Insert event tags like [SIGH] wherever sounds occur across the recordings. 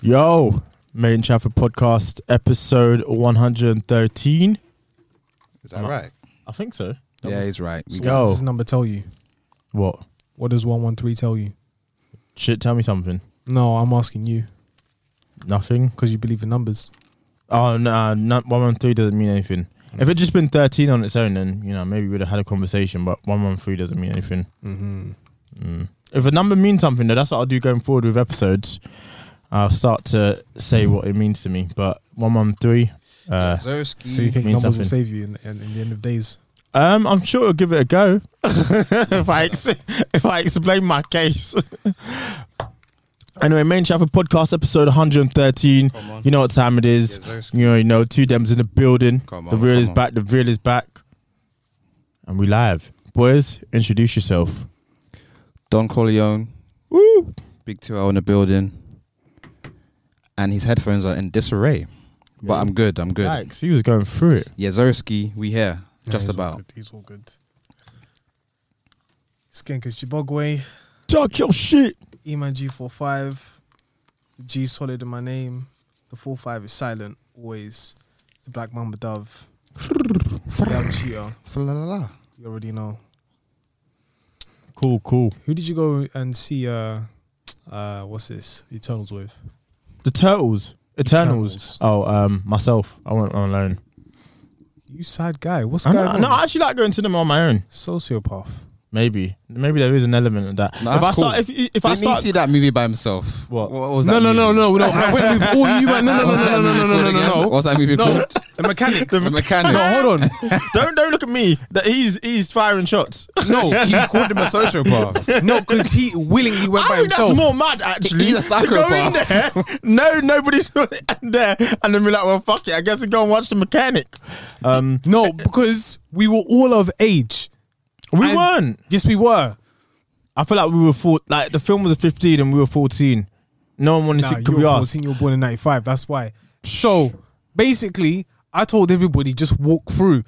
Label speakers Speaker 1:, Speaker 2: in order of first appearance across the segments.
Speaker 1: Yo, Made in Chafford podcast, episode 113.
Speaker 2: Is that right?
Speaker 1: I think so.
Speaker 2: Yeah, he's right. We
Speaker 1: go.
Speaker 2: got-
Speaker 1: Oh.
Speaker 3: What does this number tell you?
Speaker 1: What?
Speaker 3: What does 113 tell you?
Speaker 1: Shit, tell me something.
Speaker 3: No, I'm asking you
Speaker 1: Nothing.
Speaker 3: because you believe in numbers.
Speaker 1: Oh, no, no 113 doesn't mean anything. If it'd just been 13 on its own, then, you know, maybe we'd have had a conversation, but 113 doesn't mean anything. Mm-hmm. If a number means something, though, that's what I'll do going forward with episodes. I'll start to say what it means to me, but 113. Uh,
Speaker 2: Zersky.
Speaker 3: So you think
Speaker 1: means
Speaker 3: numbers
Speaker 1: nothing.
Speaker 3: will save you in, in, in the end of days?
Speaker 1: Um, I'm sure I'll give it a go [LAUGHS] if I ex- if I explain my case. anyway, main Chafford podcast episode 113.
Speaker 2: on.
Speaker 1: You know what time it is.
Speaker 2: Yeah, there's-
Speaker 1: you already know two dems in the building.
Speaker 2: Come
Speaker 1: the
Speaker 2: on,
Speaker 1: real
Speaker 2: come
Speaker 1: is
Speaker 2: on.
Speaker 1: back. The real is back, and we live. Boys, introduce yourself.
Speaker 2: Don Corleone.
Speaker 1: Woo!
Speaker 2: Big 2 out in the building. And his headphones are in disarray. But I'm good. I'm good.
Speaker 1: Yikes, he was going through it.
Speaker 2: Yeah, Zersky, we here. Just about.
Speaker 3: He's all good. Skink is Chibogwe.
Speaker 1: Talk your shit.
Speaker 3: Eman G45. G solid in my name. The 45 is silent, always. It's the Black Mamba Dove. yeah, [LAUGHS] I'm a cheater.
Speaker 2: Fa-la-la-la.
Speaker 3: You already know.
Speaker 1: Cool, cool.
Speaker 3: Who did you go and see? Uh, uh, what's this? Eternals with?
Speaker 1: The turtles, Eternals.
Speaker 3: Eternals.
Speaker 1: Oh, um, myself. I went on alone.
Speaker 3: You sad guy. What's
Speaker 1: I'm
Speaker 3: going
Speaker 1: not-
Speaker 3: on?
Speaker 1: no, I actually like going to them on my own.
Speaker 3: Sociopath.
Speaker 1: Maybe, maybe there is an element of that.
Speaker 2: No,
Speaker 1: if I
Speaker 2: that's
Speaker 1: start, if,
Speaker 2: cool.
Speaker 1: if I
Speaker 2: Didn't he
Speaker 1: start,
Speaker 2: see that movie by himself?
Speaker 1: What?
Speaker 2: was
Speaker 3: No,
Speaker 2: that
Speaker 3: no,
Speaker 2: movie?
Speaker 3: no, no, no. I
Speaker 2: [LAUGHS]
Speaker 3: went with all you. No, no, no,
Speaker 2: What's that
Speaker 3: no, no, no,
Speaker 2: movie
Speaker 3: no, no,
Speaker 2: called
Speaker 3: no,
Speaker 2: again?
Speaker 3: no.
Speaker 2: What's that movie called?
Speaker 3: The mechanic.
Speaker 2: The Mechanic.
Speaker 1: no, hold on, [LAUGHS] don't don't look at me. That he's he's firing shots. [LAUGHS]
Speaker 2: No, you
Speaker 3: [LAUGHS]
Speaker 2: called him a sociopath.
Speaker 3: No, because he willingly went
Speaker 1: I
Speaker 3: by
Speaker 1: think
Speaker 3: himself.
Speaker 1: that's more mad actually.
Speaker 2: He's a
Speaker 1: to go in there, no, nobody's [LAUGHS] there, and then be like, well, fuck it. I guess I go and watch the mechanic. Um,
Speaker 3: No, because we were all of age.
Speaker 1: we
Speaker 3: And-
Speaker 1: weren't.
Speaker 3: Yes, we were.
Speaker 1: I feel like we were four. Like the film was a fifteen and we were fourteen. No one wanted
Speaker 3: Nah,
Speaker 1: to
Speaker 3: you
Speaker 1: be
Speaker 3: were
Speaker 1: asked.
Speaker 3: 14, you were born in 95. That's why. So basically, I told everybody just walk through.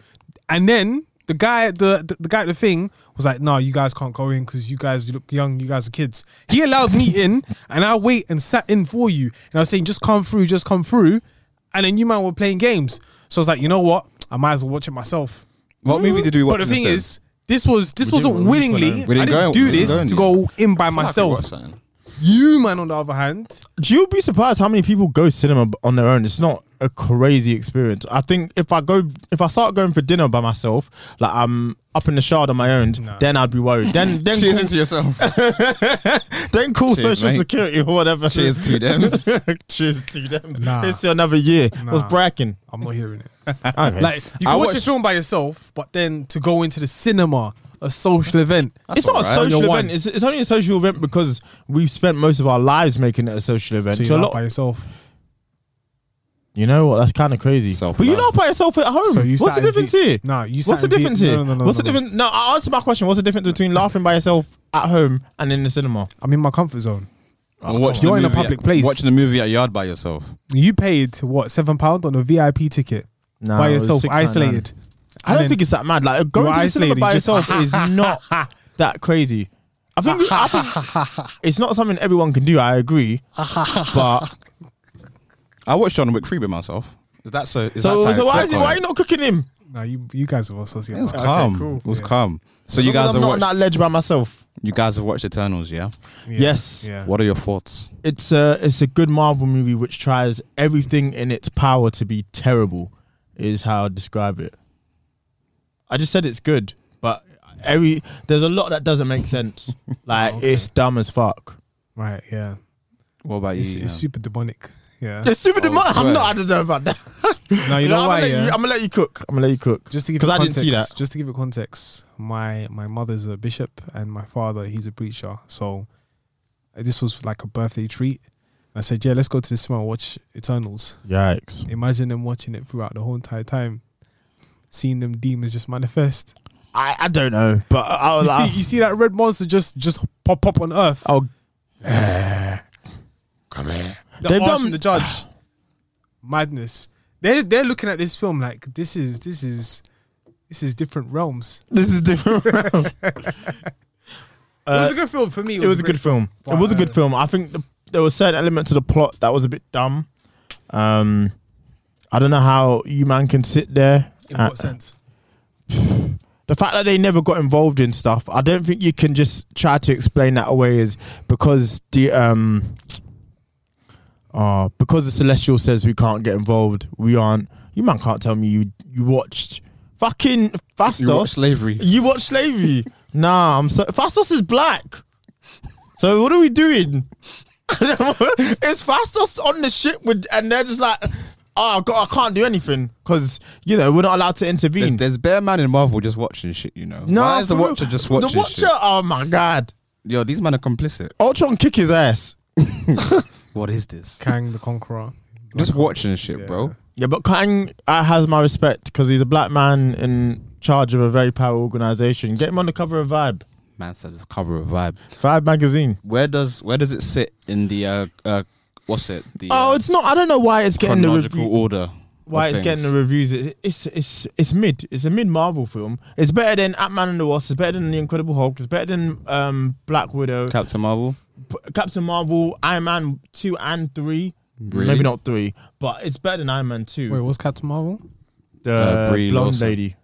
Speaker 3: And then the guy at the, the, the guy at the thing was like, no, you guys can't go in because you guys look young, you guys are kids. He allowed me in and I wait and sat in for you. And I was saying, just come through, just come through. And then you man were playing games. So I was like, you know what? I might as well watch it myself.
Speaker 2: What movie did we watch?
Speaker 3: But the thing
Speaker 2: instead?
Speaker 3: is, this was this wasn't
Speaker 1: we just went
Speaker 3: willingly.
Speaker 1: in.
Speaker 2: We
Speaker 3: I
Speaker 2: didn't
Speaker 3: didn't
Speaker 2: go-
Speaker 3: do
Speaker 2: we didn't
Speaker 3: this
Speaker 2: go in
Speaker 3: to
Speaker 2: yet.
Speaker 3: go in by
Speaker 2: Fuck, we watched
Speaker 3: myself.
Speaker 2: something.
Speaker 3: You man, on the other hand,
Speaker 1: you'll be surprised how many people go cinema b- on their own. It's not a crazy experience. I think if I go, if I start going for dinner by myself, like I'm up in the shard on my own, then I'd be worried.
Speaker 3: [LAUGHS]
Speaker 1: Then, then,
Speaker 2: Cheers
Speaker 1: call,
Speaker 2: into yourself.
Speaker 1: then call
Speaker 2: Cheers,
Speaker 1: social
Speaker 2: mate.
Speaker 1: security or whatever.
Speaker 2: Cheers to them.
Speaker 1: [LAUGHS] Cheers to them.
Speaker 3: Nah.
Speaker 1: It's another year. What's
Speaker 3: Nah.
Speaker 1: bracken?
Speaker 3: I'm not hearing it.
Speaker 2: [LAUGHS]
Speaker 1: Okay.
Speaker 3: Like you
Speaker 2: I
Speaker 3: can watch a
Speaker 2: watched-
Speaker 3: film by yourself, but then to go into the cinema, a social event.
Speaker 1: it's not
Speaker 2: alright.
Speaker 1: a social
Speaker 3: You're
Speaker 1: event.
Speaker 3: one.
Speaker 1: It's, it's only a social event because we've spent most of our lives making it a social event.
Speaker 3: So
Speaker 1: So
Speaker 3: you're
Speaker 1: a
Speaker 3: not
Speaker 1: lot-
Speaker 3: by yourself.
Speaker 1: you know what? That's kind of crazy. But you
Speaker 2: Self-love.
Speaker 1: laugh by yourself at home.
Speaker 3: So you
Speaker 1: What's
Speaker 3: sat
Speaker 1: the
Speaker 3: in
Speaker 1: difference
Speaker 3: V-
Speaker 1: here?
Speaker 3: Nah, you sat
Speaker 1: What's the
Speaker 3: in V-
Speaker 1: difference here?
Speaker 3: No, no, no,
Speaker 1: What's
Speaker 3: no,
Speaker 1: the
Speaker 3: no.
Speaker 1: difference? No, I answer my question. What's the difference
Speaker 3: [LAUGHS]
Speaker 1: between laughing by yourself at home and in the cinema?
Speaker 3: I'm in my comfort zone.
Speaker 2: Or watching
Speaker 3: You're
Speaker 2: the
Speaker 3: in a
Speaker 2: movie
Speaker 3: public
Speaker 2: at-
Speaker 3: place.
Speaker 2: Watching a movie at yard by yourself.
Speaker 3: You paid what seven pound on a VIP ticket
Speaker 1: Nah,
Speaker 3: by
Speaker 1: it was
Speaker 3: yourself,
Speaker 1: 6.99.
Speaker 3: isolated.
Speaker 1: I don't
Speaker 3: then
Speaker 1: think it's that mad. Like going
Speaker 3: you're
Speaker 1: to the cinema
Speaker 3: [LAUGHS] isolated,
Speaker 1: by
Speaker 3: you just-
Speaker 1: yourself is not that crazy. I think, I
Speaker 3: [LAUGHS]
Speaker 1: think it's not something everyone can do. I agree, but
Speaker 2: I watched John Wick three with myself. Is that so? Is
Speaker 1: so
Speaker 2: that
Speaker 1: so why is it, why are you not cooking him?
Speaker 3: No, you you guys are all sociopaths.
Speaker 2: It was calm. It was calm. So you guys
Speaker 1: I'm
Speaker 2: have
Speaker 1: not on
Speaker 2: watched.
Speaker 1: that ledge by myself.
Speaker 2: you guys have watched Eternals, yeah?
Speaker 1: Yes,
Speaker 3: Yeah.
Speaker 2: What are your thoughts?
Speaker 1: it's a it's a good Marvel movie which tries everything in its power to be terrible. Is how I describe it. I just said it's good, but every there's a lot that doesn't make [LAUGHS] sense. Like it's dumb as fuck.
Speaker 3: Right. Yeah.
Speaker 2: What about you?
Speaker 3: It's,
Speaker 2: yeah?
Speaker 3: it's super demonic. Yeah.
Speaker 1: It's super demonic.
Speaker 2: swear.
Speaker 1: I'm not. I don't know about that.
Speaker 3: no, you
Speaker 1: No,
Speaker 3: know
Speaker 1: I'm, gonna
Speaker 3: why?
Speaker 1: let
Speaker 3: Yeah.
Speaker 1: you, I'm gonna let you cook. I'm gonna let you cook.
Speaker 3: just to give
Speaker 1: because
Speaker 3: it
Speaker 1: I didn't
Speaker 3: context,
Speaker 1: see that.
Speaker 3: Just to give it context, my my mother's a bishop and my father he's a preacher. So uh, this was like a birthday treat. I said, yeah, let's go to the cinema and watch Eternals.
Speaker 1: Yikes.
Speaker 3: Imagine them watching it throughout the whole entire time, seeing them demons just manifest.
Speaker 1: I, I don't know, but I, I was
Speaker 3: You see,
Speaker 1: like,
Speaker 3: you see that red monster just just pop up on Earth.
Speaker 1: oh,
Speaker 3: the
Speaker 1: They've
Speaker 3: they've
Speaker 1: done-
Speaker 3: the judge. [SIGHS] Madness. They they're looking at this film like this is this is this is different realms.
Speaker 1: this is [LAUGHS] different. realm.
Speaker 3: it was
Speaker 1: Uh,
Speaker 3: a good film for me.
Speaker 1: it was a good
Speaker 3: great
Speaker 1: film. It
Speaker 3: But,
Speaker 1: was a good
Speaker 3: uh,
Speaker 1: film. I think the, there was certain element to the plot that was a bit dumb. Um, I don't know how you man can sit there.
Speaker 3: In
Speaker 1: uh,
Speaker 3: what sense?
Speaker 1: the fact that they never got involved in stuff, I don't think you can just try to explain that away is because the um uh because the celestial says we can't get involved, we aren't you man can't tell me you you watched fucking Fastos.
Speaker 2: You watched Slavery.
Speaker 1: You watched slavery. nah, I'm so Fastos is black. So what are we doing? [LAUGHS] it's Fastos on the ship with and they're just like Oh God! I can't do anything because you know we're not allowed to
Speaker 2: There's,
Speaker 1: intervene.
Speaker 2: there's bare man in Marvel just watching shit, you know. Why is the
Speaker 1: for real.
Speaker 2: watcher just watching
Speaker 1: The watcher,
Speaker 2: shit?
Speaker 1: oh my god.
Speaker 2: Yo, these men are complicit.
Speaker 1: Ultron kick his ass.
Speaker 2: What is this?
Speaker 3: Kang the Conqueror.
Speaker 2: Just watching shit, bro.
Speaker 1: Yeah, but Kang uh, has my respect because he's a black man in charge of a very powerful organization. Get him on the cover of Vibe,
Speaker 2: Man said it's cover of vibe.
Speaker 1: Vibe magazine.
Speaker 2: Where does where does it sit in the uh, uh what's it? The
Speaker 1: Oh,
Speaker 2: uh,
Speaker 1: it's not. I don't know why it's getting the
Speaker 2: chronological
Speaker 1: review.
Speaker 2: order.
Speaker 1: Why
Speaker 2: of
Speaker 1: it's getting the
Speaker 2: things.
Speaker 1: reviews? It's it's it's, it's mid. It's a mid Marvel film. It's better than Ant Man and the Wasp. It's better than the Incredible Hulk. It's better than um, Black Widow,
Speaker 2: Captain Marvel.
Speaker 1: P- Captain Marvel, Iron Man two and three.
Speaker 2: Really?
Speaker 1: Maybe not three, but it's better than Iron Man two.
Speaker 3: Wait, what's Captain Marvel?
Speaker 1: the
Speaker 2: Uh, Brie
Speaker 1: blonde
Speaker 2: Larson.
Speaker 1: lady.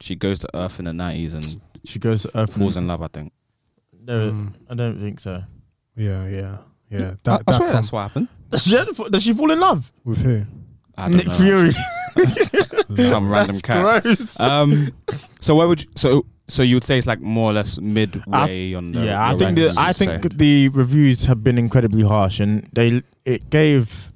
Speaker 2: She goes to Earth in the nineties and
Speaker 1: She goes to Earth.
Speaker 2: falls
Speaker 3: Hmm.
Speaker 1: and-
Speaker 2: in love. I think.
Speaker 1: No,
Speaker 3: Mm.
Speaker 1: I don't think so.
Speaker 3: Yeah, yeah, yeah.
Speaker 2: I,
Speaker 3: That,
Speaker 2: I
Speaker 3: that
Speaker 2: swear
Speaker 3: film.
Speaker 2: that's what happened.
Speaker 1: Does she, does she fall in love?
Speaker 3: with who?
Speaker 2: I don't
Speaker 1: Nick
Speaker 2: know.
Speaker 1: Fury.
Speaker 2: [LAUGHS]
Speaker 1: [LAUGHS]
Speaker 2: Some random cat.
Speaker 1: Gross.
Speaker 2: Um. So where would you, so so you would say it's like more or less midway on the
Speaker 1: yeah, I
Speaker 2: your
Speaker 1: think
Speaker 2: rankings,
Speaker 1: the,
Speaker 2: you'd
Speaker 1: I
Speaker 2: say.
Speaker 1: think the reviews have been incredibly harsh, and they it gave.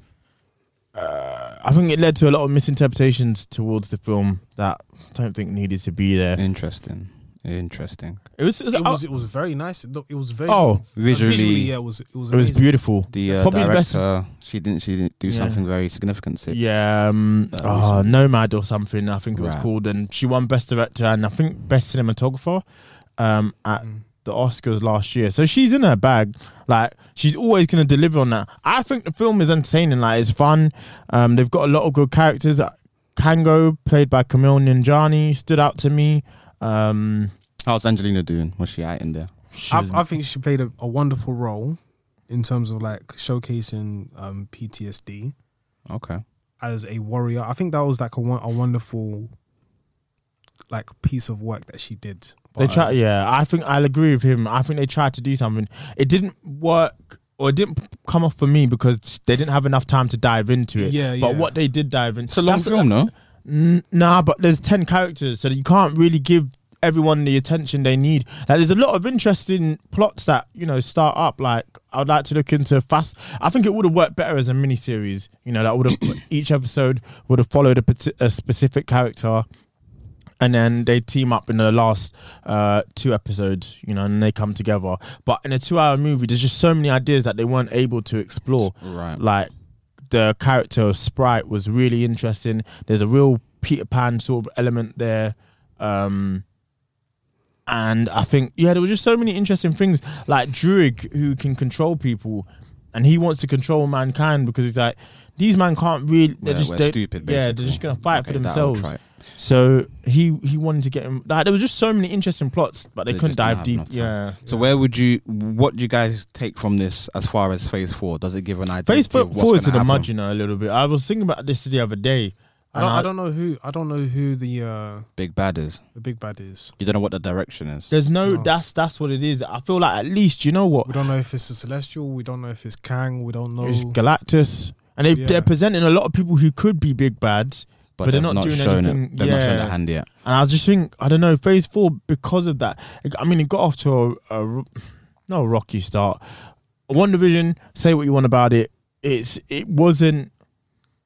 Speaker 1: Uh, I think it led to a lot of misinterpretations towards the film that I don't think needed to be
Speaker 2: Mm.
Speaker 1: there.
Speaker 2: interesting. Interesting.
Speaker 1: It was, it was,
Speaker 3: It was it was very nice. Look, it was very
Speaker 1: Oh,
Speaker 2: visually-
Speaker 3: yeah, it was it was
Speaker 1: it was
Speaker 3: amazing.
Speaker 1: beautiful.
Speaker 2: The uh,
Speaker 1: Probably the
Speaker 2: director,
Speaker 1: best-
Speaker 2: she didn't she didn't do
Speaker 1: Yeah.
Speaker 2: something very significant. to it.
Speaker 1: Yeah, um,
Speaker 2: That
Speaker 1: oh,
Speaker 2: was-
Speaker 1: Nomad or something. I think it was
Speaker 2: Right.
Speaker 1: called, and she won Best Director and I think Best Cinematographer um, at the Oscars last year. So she's in her bag. Like she's always going to deliver on that. I think the film is entertaining. Like it's fun. Um, they've got a lot of good characters. Kango, played by Camille Ninjani, stood out to me. Um,
Speaker 2: How's Angelina doing? Was she out in there?
Speaker 1: she was-
Speaker 3: I, I think she played a, a wonderful role in terms of like showcasing um, PTSD
Speaker 2: Okay.
Speaker 3: as a warrior. I think that was like a, won- a wonderful like piece of work that she did.
Speaker 1: They
Speaker 2: uh,
Speaker 3: But,
Speaker 1: try,
Speaker 3: um,
Speaker 1: yeah. I think I'll agree with him. I think they tried to do something. It didn't work, or it didn't come off for me because they didn't have enough time to dive into it.
Speaker 3: Yeah,
Speaker 1: But
Speaker 3: yeah.
Speaker 1: what they did dive into,
Speaker 2: It's a long film, no?
Speaker 1: N- nah, but there's ten characters, so you can't really give everyone the attention they need. Like, there's a lot of interesting plots that you know start up. Like, I'd like to look into fast. I think it would have worked better as a mini series. You know, that would have [COUGHS] each episode would have followed a, parti- a specific character and then they team up in the last uh, two episodes, you know, and they come together. But in a two-hour movie, there's just so many ideas that they weren't able to explore.
Speaker 2: Right.
Speaker 1: Like the character of Sprite was really interesting. There's a real Peter Pan sort of element there. Um, and I think yeah, there were just so many interesting things like Druig, who can control people, and he wants to control mankind because he's like, these man can't really. They're
Speaker 2: We're-
Speaker 1: just
Speaker 2: we're
Speaker 1: they-
Speaker 2: stupid,
Speaker 1: Yeah, they're
Speaker 2: basically.
Speaker 1: just gonna fight for
Speaker 2: Okay, that
Speaker 1: themselves.
Speaker 2: I'll try.
Speaker 1: So he he wanted to get him. Like, there was just so many interesting plots, but they,
Speaker 2: They
Speaker 1: couldn't
Speaker 2: just didn't
Speaker 1: dive
Speaker 2: have
Speaker 1: deep.
Speaker 2: enough time.
Speaker 1: Yeah.
Speaker 2: So where would you? What do you guys take from this as far as Phase Four? Does it give an idea?
Speaker 1: Face fo- forward to the mud, you know, a little bit. I was thinking about this the other day.
Speaker 3: I
Speaker 1: and
Speaker 3: don't, I don't know who I don't know who the uh,
Speaker 2: Big badders.
Speaker 3: the big bad is.
Speaker 2: You don't know what the direction is.
Speaker 1: There's no,
Speaker 3: No.
Speaker 1: That's that's what it is. I feel like at least you know what.
Speaker 3: We don't know if it's a celestial. We don't know if it's Kang. We don't know.
Speaker 1: It's Galactus, and they,
Speaker 3: Yeah.
Speaker 1: they're presenting a lot of people who could be big bads, but, they're
Speaker 2: they've
Speaker 1: not, doing
Speaker 2: shown
Speaker 1: anything.
Speaker 2: It. They've not shown
Speaker 1: yeah.
Speaker 2: their hand yet.
Speaker 1: And I just think I don't know phase four because of that. it- I mean, it got off to a, a no rocky start. One division, say what you want about it. It's it wasn't.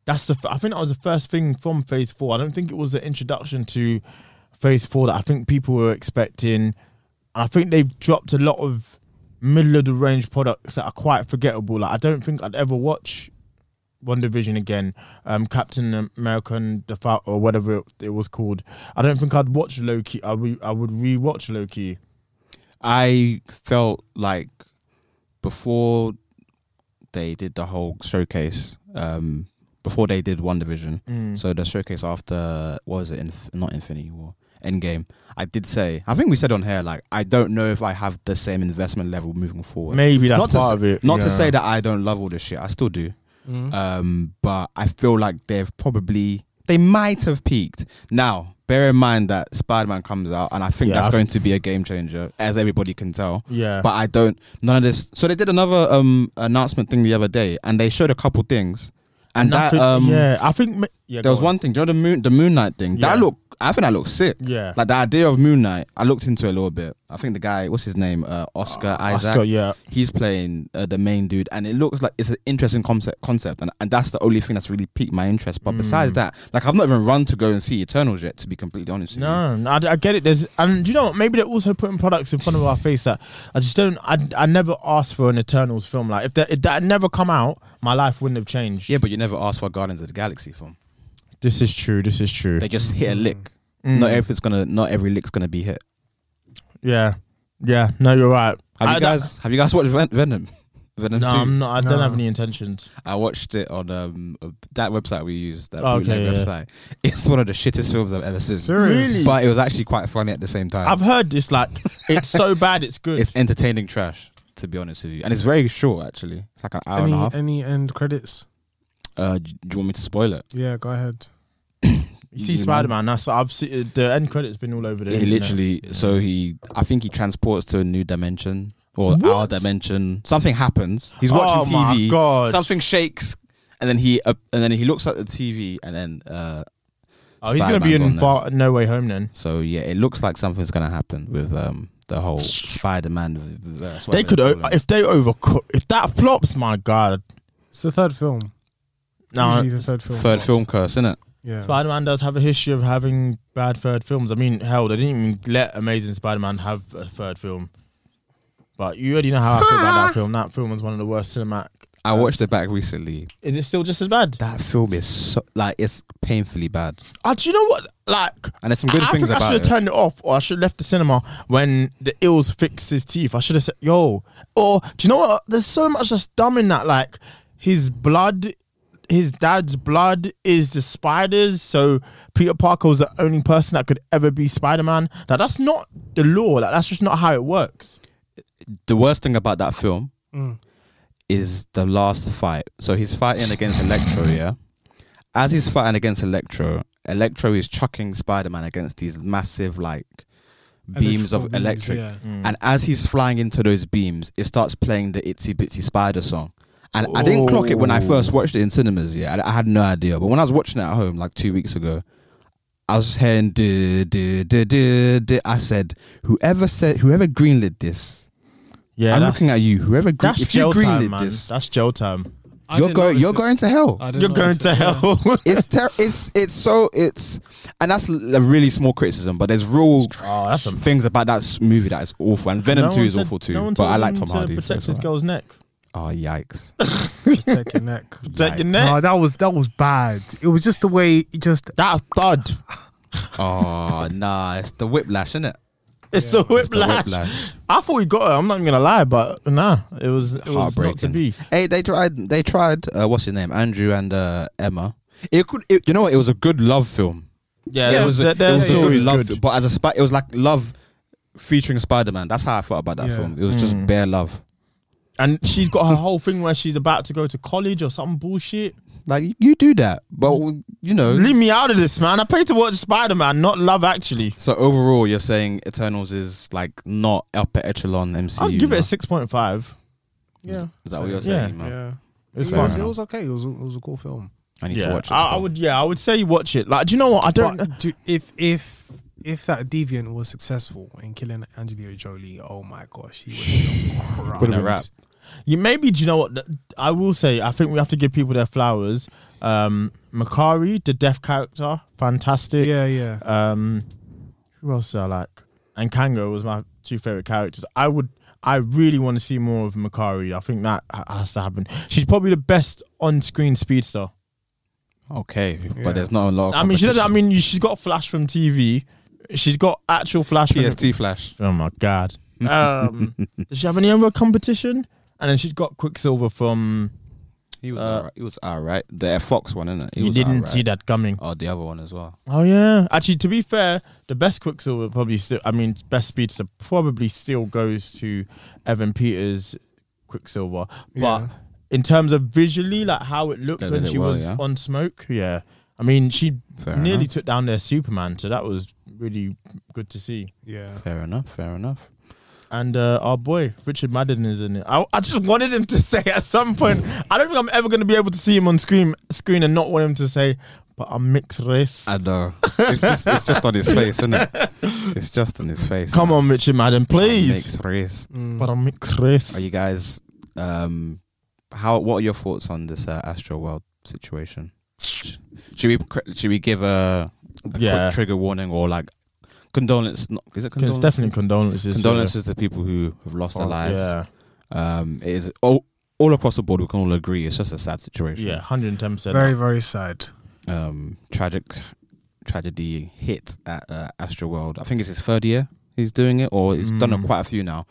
Speaker 1: That's the. f- I think that was the first thing from phase four. I don't think it was the introduction to phase four that I think people were expecting. I think they've dropped a lot of middle of the range products that are quite forgettable. Like I don't think I'd ever watch one Division again, um, Captain America and the Fal- or whatever it, it was called. I don't think I'd watch Loki. I re- I would rewatch Loki.
Speaker 2: I felt like before they did the whole showcase, um, before they did One Division,
Speaker 1: Mm.
Speaker 2: so the showcase after what was it? Inf- not Infinity War, Endgame. I did say, I think we said on here, like I don't know if I have the same investment level moving forward.
Speaker 1: Maybe that's
Speaker 2: not to
Speaker 1: part
Speaker 2: s-
Speaker 1: of it.
Speaker 2: Not
Speaker 1: yeah. Mm.
Speaker 2: to say that I don't love all this shit. I still do. Um, but I feel like they've probably they might have peaked. Now, bear in mind that Spider Man comes out, and I think
Speaker 1: Yeah,
Speaker 2: that's
Speaker 1: I've-
Speaker 2: going to be a game changer, as everybody can tell.
Speaker 1: Yeah.
Speaker 2: But I don't none of this. So they did another um announcement thing the other day, and they showed a couple things, and
Speaker 1: Nothing-
Speaker 2: that um
Speaker 1: yeah, I think ma- yeah,
Speaker 2: there
Speaker 1: go
Speaker 2: was
Speaker 1: on.
Speaker 2: one thing. Do you know the moon the Moon Knight thing? That
Speaker 1: Yeah.
Speaker 2: look. I think that looks sick.
Speaker 1: Yeah.
Speaker 2: Like the idea of Moon Knight, I looked into it a little bit. I think the guy, what's his name? Uh, Oscar Isaac.
Speaker 1: Oscar, yeah.
Speaker 2: He's playing uh, the main dude, and it looks like it's an interesting concept. Concept, and, and that's the only thing that's really piqued my interest. But besides
Speaker 1: Mm.
Speaker 2: that, like I've not even run to go and see Eternals yet. To be completely honest, with you.
Speaker 1: No, no, I, I get it. There's and do you know what? Maybe they're also putting products in front of our face that I just don't. I, I never asked for an Eternals film. Like if that if that had never come out, my life wouldn't have changed.
Speaker 2: Yeah, but you never asked for a Guardians of the Galaxy film.
Speaker 1: This is true. This is true.
Speaker 2: They just hit a lick.
Speaker 1: Mm.
Speaker 2: Not everything's gonna. Not every lick's gonna be hit.
Speaker 1: yeah, yeah. No, you're right.
Speaker 2: Have
Speaker 1: I-
Speaker 2: you guys? have you guys watched Ven- Venom? [LAUGHS] Venom
Speaker 1: No,
Speaker 2: two.
Speaker 1: I'm not, I don't
Speaker 3: No.
Speaker 1: have any intentions.
Speaker 2: I watched it on um that website we use, that
Speaker 1: Oh, Okay,
Speaker 2: bootleg
Speaker 1: yeah.
Speaker 2: website. It's one of the shittest films I've ever seen.
Speaker 1: Serious? Really?
Speaker 2: But it was actually quite funny at the same time.
Speaker 1: I've heard this. Like it's so bad, it's good.
Speaker 2: it's entertaining trash, to be honest with you, and it's very short actually. It's like an hour
Speaker 3: any
Speaker 2: and a
Speaker 1: uh,
Speaker 2: half.
Speaker 3: any end credits?
Speaker 2: Uh, d- do you want me to spoil it?
Speaker 3: Yeah, go ahead.
Speaker 1: You see
Speaker 2: You know?
Speaker 1: Spider Man. That's I've seen the end credits been all over the.
Speaker 2: He
Speaker 1: internet.
Speaker 2: literally, so he, I think he transports to a new dimension or our dimension. Something happens. He's watching
Speaker 1: Oh my
Speaker 2: TV.
Speaker 1: God.
Speaker 2: Something shakes, and then he, uh, and then he looks at the TV, and then. uh
Speaker 1: Oh, he's gonna be
Speaker 2: Spider-Man's on
Speaker 1: in
Speaker 2: there.
Speaker 1: far, No Way Home then.
Speaker 2: So yeah, it looks like something's gonna happen with um the whole Spider-Man. verse,
Speaker 1: They
Speaker 2: whatever
Speaker 1: could
Speaker 2: call
Speaker 1: o-
Speaker 2: him.
Speaker 1: if they overcook if that flops. My God,
Speaker 3: It's the third film.
Speaker 1: no.
Speaker 3: Usually the third film.
Speaker 2: third
Speaker 3: flops.
Speaker 2: film curse, innit?
Speaker 3: Yeah.
Speaker 1: Spider Man does have a history of having bad third films. I mean, hell, they didn't even let Amazing Spider Man have a third film. But you already know how I feel about that film. That film was one of the worst cinematic.
Speaker 2: I watched it back recently.
Speaker 1: Is it still just as bad?
Speaker 2: That film is so like it's painfully bad.
Speaker 1: Uh, do you know what? Like,
Speaker 2: And there's some good
Speaker 1: I,
Speaker 2: things
Speaker 1: I think I should
Speaker 2: about
Speaker 1: have
Speaker 2: it.
Speaker 1: turned it off, or I should have left the cinema when the ills fixed his teeth. I should have said, "Yo," or do you know what? There's so much that's dumb in that. Like, his blood, his dad's blood is the spiders. So Peter Parker was the only person that could ever be Spider-Man. Now that's not the law. Like, that's just not how it works.
Speaker 2: The worst thing about that film
Speaker 3: Mm.
Speaker 2: is the last fight. So he's fighting
Speaker 3: [LAUGHS]
Speaker 2: against Electro, yeah. As he's fighting against Electro, Electro is chucking Spider-Man against these massive like beams of
Speaker 3: Electrical beams,
Speaker 2: electric.
Speaker 3: yeah.
Speaker 2: And as he's flying into those beams, it starts playing the Itsy Bitsy Spider song. And I didn't clock it when I first watched it in cinemas. Yeah, I, I had no idea. But when I was watching it at home like two weeks ago, I was just hearing duh, duh, duh, duh, duh. I said, whoever said, whoever greenlit this.
Speaker 1: Yeah,
Speaker 2: I'm looking at you. Whoever gre-
Speaker 1: That's
Speaker 2: if you
Speaker 1: jail time,
Speaker 2: greenlit
Speaker 1: man.
Speaker 2: this,
Speaker 1: That's jail time.
Speaker 3: I
Speaker 2: you're
Speaker 3: didn't
Speaker 2: going,
Speaker 3: notice
Speaker 2: you're
Speaker 3: it.
Speaker 2: going to hell
Speaker 3: I didn't
Speaker 1: You're going
Speaker 3: notice
Speaker 1: to
Speaker 3: it, yeah.
Speaker 1: hell.
Speaker 2: [LAUGHS] it's ter- it's it's so it's and that's l- a really small criticism but there's real
Speaker 1: Oh, that's a-
Speaker 2: things about that s- movie that is awful and venom
Speaker 1: No
Speaker 2: 2
Speaker 1: one
Speaker 2: is
Speaker 1: said-
Speaker 2: awful too
Speaker 1: no one
Speaker 2: but i
Speaker 1: told
Speaker 2: like
Speaker 1: him
Speaker 2: tom
Speaker 1: to
Speaker 2: hardy so
Speaker 1: Protect
Speaker 2: it's
Speaker 1: his
Speaker 2: alright.
Speaker 1: girl's neck.
Speaker 2: oh yikes
Speaker 3: Protect your neck.
Speaker 1: Protect your neck.
Speaker 3: [LAUGHS] No, that was that was bad. It was just the way it just
Speaker 1: That's thud. [LAUGHS]
Speaker 2: Ah, oh nah it's the whiplash isn't it
Speaker 1: It's the
Speaker 2: the
Speaker 1: whiplash.
Speaker 2: whiplash.
Speaker 1: I thought we got her. I'm not even gonna lie, but nah, it was it was not to
Speaker 2: heartbreaking.
Speaker 1: be.
Speaker 2: Hey, they tried. They tried. Uh, what's his name? Andrew and uh, Emma. It could. It, you know what? It was a good love film.
Speaker 1: Yeah,
Speaker 2: it was. A, it was a
Speaker 1: always
Speaker 2: good love. Film, but as a spy, it was like love featuring Spider Man. That's how I felt about that
Speaker 3: Yeah.
Speaker 2: film. It was just bare love.
Speaker 1: And she's got her whole thing where she's about to go to college or some bullshit.
Speaker 2: Like you- you do that, but you know.
Speaker 1: Leave me out of this, man. I paid to watch Spider Man, not Love Actually.
Speaker 2: So overall, you're saying Eternals is like not upper echelon MCU.
Speaker 1: I'll give it
Speaker 2: man.
Speaker 1: a six point five.
Speaker 3: Yeah,
Speaker 2: Is that what you're
Speaker 1: Yeah.
Speaker 2: saying, man?
Speaker 3: yeah.
Speaker 1: It was
Speaker 3: It was,
Speaker 1: fine.
Speaker 3: it was okay. It was, it was a cool film.
Speaker 2: I need
Speaker 1: yeah,
Speaker 2: to watch it.
Speaker 1: I, I
Speaker 2: still.
Speaker 1: would. Yeah, I would say watch it. Like, do you know what? I don't. [LAUGHS]
Speaker 3: But do, if if if that deviant was successful in killing Angelina Jolie, oh my gosh, he [LAUGHS] would have
Speaker 2: been a wrap.
Speaker 1: You maybe do you know what th- I will say? I think we have to give people their flowers. Um, Makari, the deaf character, fantastic.
Speaker 3: Yeah, yeah.
Speaker 1: Um, who else did I like? And Kango was my two favorite characters. I would, I really want to see more of Makari. I think that ha- has to happen. She's probably the best on-screen speedster.
Speaker 2: Okay,
Speaker 3: Yeah.
Speaker 2: but there's not a lot. Of
Speaker 1: I mean, she doesn't. I
Speaker 2: competition.
Speaker 1: mean, she's got flash from TV. She's got actual flash. from-
Speaker 2: PST Flash.
Speaker 1: Oh my god. Um, does she have any other competition? And then she's got Quicksilver from.
Speaker 2: He was
Speaker 1: Uh,
Speaker 2: alright. He was alright. The Fox one, isn't it? He
Speaker 1: you
Speaker 2: was
Speaker 1: didn't
Speaker 2: alright.
Speaker 1: see that coming.
Speaker 2: Oh, the other one as well.
Speaker 1: Oh yeah. Actually, to be fair, the best Quicksilver probably still. I mean, best speedster probably still goes to Evan Peters Quicksilver. But
Speaker 3: Yeah.
Speaker 1: in terms of visually, like how it looks
Speaker 2: They
Speaker 1: when
Speaker 2: did it
Speaker 1: she
Speaker 2: well,
Speaker 1: was
Speaker 2: yeah?
Speaker 1: on smoke, yeah. I mean, she
Speaker 2: Fair
Speaker 1: nearly
Speaker 2: enough.
Speaker 1: took down their Superman, so that was really good to see.
Speaker 3: yeah.
Speaker 2: Fair enough. Fair enough.
Speaker 1: And uh, our boy Richard Madden is in it. I, I just wanted him to [LAUGHS] say at some point. I don't think I'm ever going to be able to see him on screen, screen, and not want him to say, "But I'm mixed race."
Speaker 2: I know. it's just it's
Speaker 1: [LAUGHS]
Speaker 2: just on his face, isn't it? It's just on his face.
Speaker 1: Come on, Richard Madden, please. Mm.
Speaker 2: Mixed race.
Speaker 1: But I'm mixed race.
Speaker 2: Are you guys? Um, how? What are your thoughts on this uh, Astro World situation? Sh- Should we cr- should we give a, a
Speaker 1: Yeah.
Speaker 2: quick trigger warning or like condolence? Not, is it
Speaker 1: it's
Speaker 2: condolence?
Speaker 1: definitely condolences.
Speaker 2: condolences to people who have lost
Speaker 1: yeah.
Speaker 2: their lives.
Speaker 1: Oh, Yeah,
Speaker 2: Um, it is all all across the board. We can all agree it's just a sad situation.
Speaker 1: yeah, hundred and ten percent.
Speaker 3: Very very sad.
Speaker 2: um, tragic tragedy hit at uh, Astro World. I think it's his third year he's doing it, or he's done
Speaker 1: Mm.
Speaker 2: quite a few now.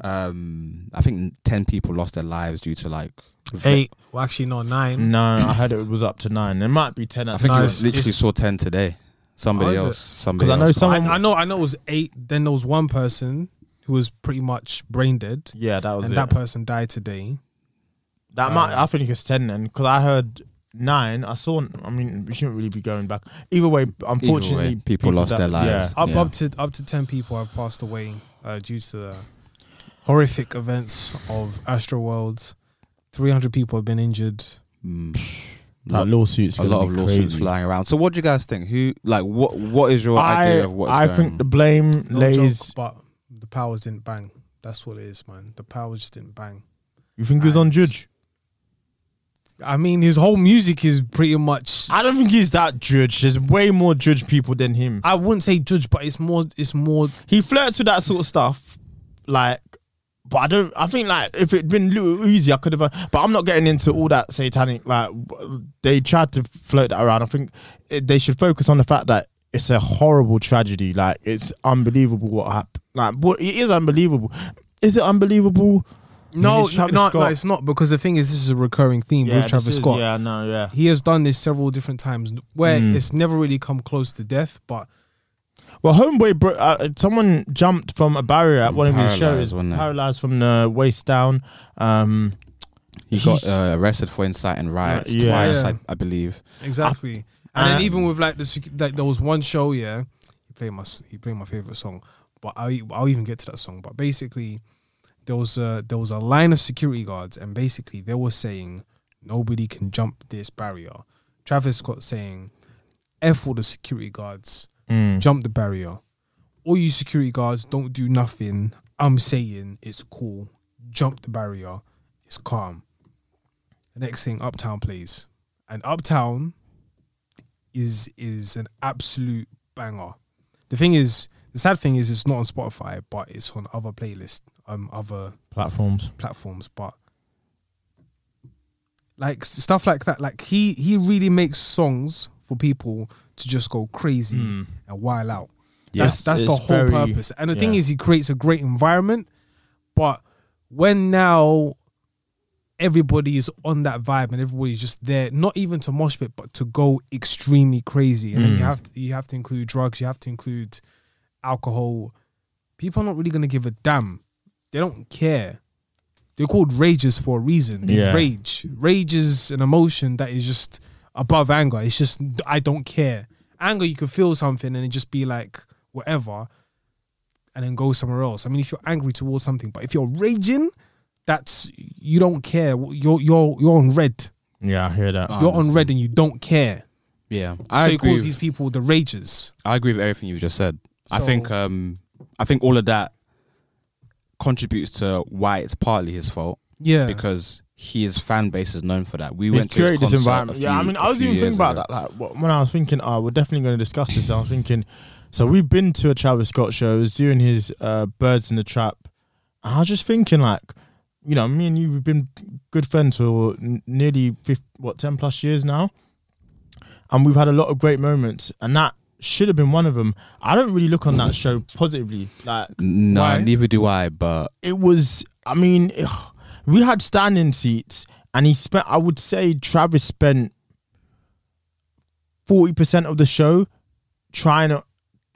Speaker 2: Um, I think ten people lost their lives due to like.
Speaker 3: Eight. Well, actually, no, nine.
Speaker 1: No, I heard it was up to nine. It might be ten. At
Speaker 2: I think
Speaker 3: No,
Speaker 2: you
Speaker 3: it's-
Speaker 2: literally
Speaker 3: it's-
Speaker 2: saw ten today. Somebody
Speaker 3: Oh, is
Speaker 2: else.
Speaker 3: it?
Speaker 2: Somebody.
Speaker 1: 'Cause I know
Speaker 2: else.
Speaker 1: some-
Speaker 3: I,
Speaker 1: Um,
Speaker 3: I know. I know it was eight. Then there was one person who was pretty much brain dead,
Speaker 1: yeah, that was
Speaker 3: and
Speaker 1: it.
Speaker 3: that person Uh, died today.
Speaker 1: That might. I think it's ten then, because I heard nine. I saw. I mean, we shouldn't really be going back. Either way, unfortunately,
Speaker 2: people lost their lives.
Speaker 1: Yeah.
Speaker 3: Up
Speaker 2: Yeah.
Speaker 3: up to up to ten people have passed away uh, due to the horrific events of Astro World. Three hundred people have been injured.
Speaker 2: Mm,
Speaker 1: Like lawsuits.
Speaker 2: a lot of lawsuits
Speaker 1: crazy.
Speaker 2: flying around. So, what do you guys think? Who like what? What is your
Speaker 1: I,
Speaker 2: idea of what's
Speaker 1: I
Speaker 2: going
Speaker 1: think
Speaker 2: on?
Speaker 1: the blame
Speaker 3: No
Speaker 1: lays.
Speaker 3: joke, but the powers didn't bang. That's what it is, man. The powers just didn't bang.
Speaker 1: You think it was on
Speaker 3: And-
Speaker 1: Judge?
Speaker 3: I mean, his whole music is pretty much.
Speaker 1: I don't think he's that Judge. There's way more Judge people than him.
Speaker 3: I wouldn't say judge, but it's more. It's more.
Speaker 1: he flirts with that sort of stuff, like. But I don't. I think like if it'd been Lil Uzi, I could have. uh, But I'm not getting into all that satanic. Like w- they tried to float that around. I think it, they should focus on the fact that it's a horrible tragedy. Like it's unbelievable what happened. Like what it is unbelievable. Is it unbelievable?
Speaker 3: No,
Speaker 1: it's
Speaker 3: no,
Speaker 1: Travis
Speaker 3: no,
Speaker 1: Scott.
Speaker 3: it's not because the thing is, this is a recurring theme with
Speaker 1: this
Speaker 3: Travis
Speaker 1: is-
Speaker 3: Scott.
Speaker 1: Yeah, no, yeah.
Speaker 3: He has done this several different times where it's never really come close to death, but
Speaker 1: Well, homeboy, bro, uh, someone jumped from a barrier at one of his
Speaker 2: Paralyzed,
Speaker 1: shows,
Speaker 2: wasn't it?
Speaker 1: paralyzed from the waist down. Um,
Speaker 2: He got uh, arrested for inciting riots
Speaker 1: Yeah.
Speaker 2: twice,
Speaker 3: Yeah.
Speaker 2: I, I believe.
Speaker 3: exactly. and then
Speaker 1: um,
Speaker 3: even with like the sec- like there was one show, yeah, he played my s- he played my favorite song, but I I'll even get to that song. But basically, there was a there was a line of security guards, and basically they were saying nobody can jump this barrier. Travis Scott saying, "F all the security guards,
Speaker 1: Hmm.
Speaker 3: jump the barrier." All you security guards don't do nothing. I'm saying it's cool. Jump the barrier. It's calm. The next thing, Uptown plays, and Uptown is is an absolute banger. The thing is, the sad thing is, it's not on Spotify, but it's on other playlists, um, other
Speaker 1: platforms.
Speaker 3: platforms. But like s- stuff like that, like he he really makes songs for people to just go crazy and wild out. That's
Speaker 1: It's-
Speaker 3: that's the
Speaker 1: Hmm. it's
Speaker 3: whole
Speaker 1: very-
Speaker 3: purpose. And the thing
Speaker 1: yeah.
Speaker 3: is, he creates a great environment, but when now everybody is on that vibe and everybody's just there, not even to mosh pit, but to go extremely crazy, and then
Speaker 1: Hmm.
Speaker 3: you have to, you have to include drugs, you have to include alcohol. People are not really gonna give a damn. They don't care. They're called rages for a reason. They
Speaker 1: Yeah.
Speaker 3: rage. Rage is an emotion that is just above anger. It's just I don't care. Anger, you can feel something and it just be like whatever, and then go somewhere else. I mean, if you're angry towards something, but if you're raging, that's you don't care. You're you're you're on red.
Speaker 1: Yeah, I hear that.
Speaker 2: Uh,
Speaker 3: You're on red and you don't care.
Speaker 2: Yeah, I
Speaker 3: so he
Speaker 2: agree.
Speaker 3: calls
Speaker 2: with-
Speaker 3: these people the ragers.
Speaker 2: I agree with everything you've just said. I
Speaker 3: So-
Speaker 2: think um, I think all of that contributes to why it's partly his fault
Speaker 3: Yeah.
Speaker 2: because his fan base is known for that. We
Speaker 1: He's
Speaker 2: went to his
Speaker 1: created this
Speaker 2: concert
Speaker 1: environment.
Speaker 2: a few-
Speaker 1: yeah, I mean,
Speaker 2: a
Speaker 1: I was
Speaker 2: few
Speaker 1: even thinking
Speaker 2: years
Speaker 1: about
Speaker 2: ago.
Speaker 1: that. Like wh- when I was thinking, oh, we're definitely going to discuss this. I was thinking, so we've been to a Travis Scott show. It was doing his uh, Birds in the Trap. And I was just thinking, like, you know, me and you, we've been good friends for n- nearly fif- what ten plus years now, and we've had a lot of great moments, and that should have been one of them. I don't really look on that show positively. Like,
Speaker 2: No,
Speaker 3: Why?
Speaker 2: neither do I. But
Speaker 1: it was I mean ugh, we had standing seats and he spent I would say Travis spent 40% of the show trying to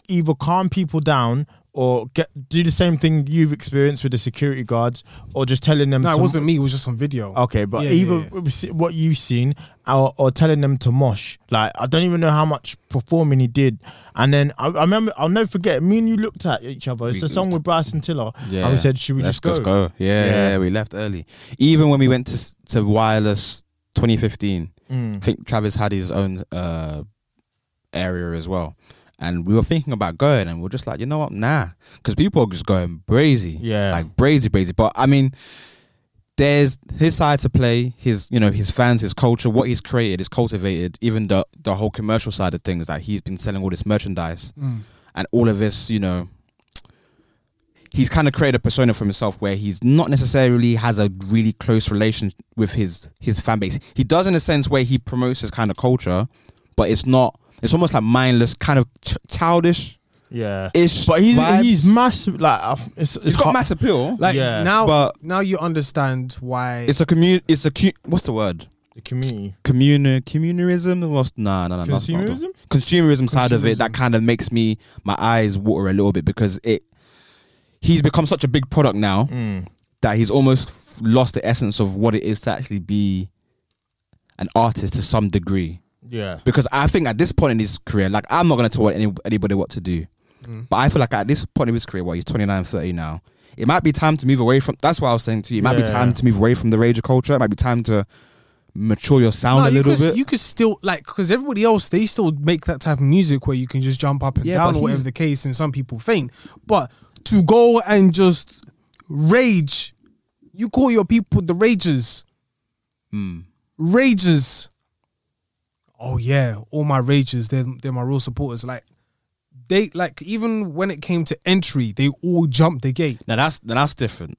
Speaker 1: either calm people down or get do the same thing you've experienced with the security guards or just telling them
Speaker 3: no, it
Speaker 1: to-
Speaker 3: wasn't me. It was just on video.
Speaker 1: Okay, but
Speaker 3: Yeah, yeah,
Speaker 1: either
Speaker 3: yeah.
Speaker 1: it was what you've seen or, or telling them to mosh. Like I don't even know how much performing he did. And then I, I remember I'll never forget. Me and you looked at each other. It's
Speaker 2: We
Speaker 1: the song
Speaker 2: looked-
Speaker 1: with Bryson Tiller.
Speaker 2: yeah,
Speaker 1: and we said, "Should we
Speaker 2: let's
Speaker 1: just go?"
Speaker 2: go? Yeah,
Speaker 1: Yeah.
Speaker 2: yeah, we left early. Even when we went to s- to Wireless 2015,
Speaker 1: Mm.
Speaker 2: I think Travis had his own uh, area as well. And we were thinking about going, and we are just like, you know what, nah, because people are just going crazy,
Speaker 1: Yeah.
Speaker 2: like crazy, crazy. But I mean, there's his side to play, his you know his fans, his culture, what he's created, is cultivated. Even the the whole commercial side of things, like he's been selling all this merchandise
Speaker 1: Mm.
Speaker 2: and all of this, you know, he's kind of created a persona for himself where he's not necessarily has a really close relation with his his fan base. He does in a sense where he promotes his kind of culture, but it's not. It's almost like mindless, kind of ch- childish
Speaker 1: Yeah.
Speaker 2: ish.
Speaker 1: But he's
Speaker 2: vibes.
Speaker 1: he's massive. Like I f- it's, it's
Speaker 2: he's got
Speaker 1: hard-
Speaker 2: mass appeal. Like
Speaker 3: Like
Speaker 1: Yeah,
Speaker 3: now,
Speaker 2: but-
Speaker 3: now you understand why.
Speaker 2: it's a community. It's a cu- what's the word?
Speaker 1: The community.
Speaker 2: Communi- communism? What's nah, nah, nah, nah,
Speaker 1: Consumerism?
Speaker 2: Consumerism side of it that kind of makes me my eyes water a little bit because it he's become such a big product now that he's almost lost the essence of what it is to actually be an artist to some degree.
Speaker 1: Yeah.
Speaker 2: Because I think at this point in his career, like I'm not going to tell any, anybody what to do.
Speaker 3: Mm.
Speaker 2: But I feel like at this point in his career, well, he's 29, 30 now. It might be time to move away from. That's what I was saying to you. It might be
Speaker 1: Yeah.
Speaker 2: time to move away from the rager culture. It might be time to mature your sound
Speaker 3: No,
Speaker 2: a little
Speaker 3: you could,
Speaker 2: bit.
Speaker 3: You could still like because everybody else they still make that type of music where you can just jump up and
Speaker 2: Yeah,
Speaker 3: down
Speaker 2: but
Speaker 3: or whatever
Speaker 2: he's-
Speaker 3: the case, and some people faint. But to go and just rage, you call your people the ragers.
Speaker 2: Hmm.
Speaker 3: Ragers. Oh yeah, all my ragers, they're they're my real supporters. Like they like even when it came to entry, they all jumped the gate.
Speaker 2: Now that's now that's different.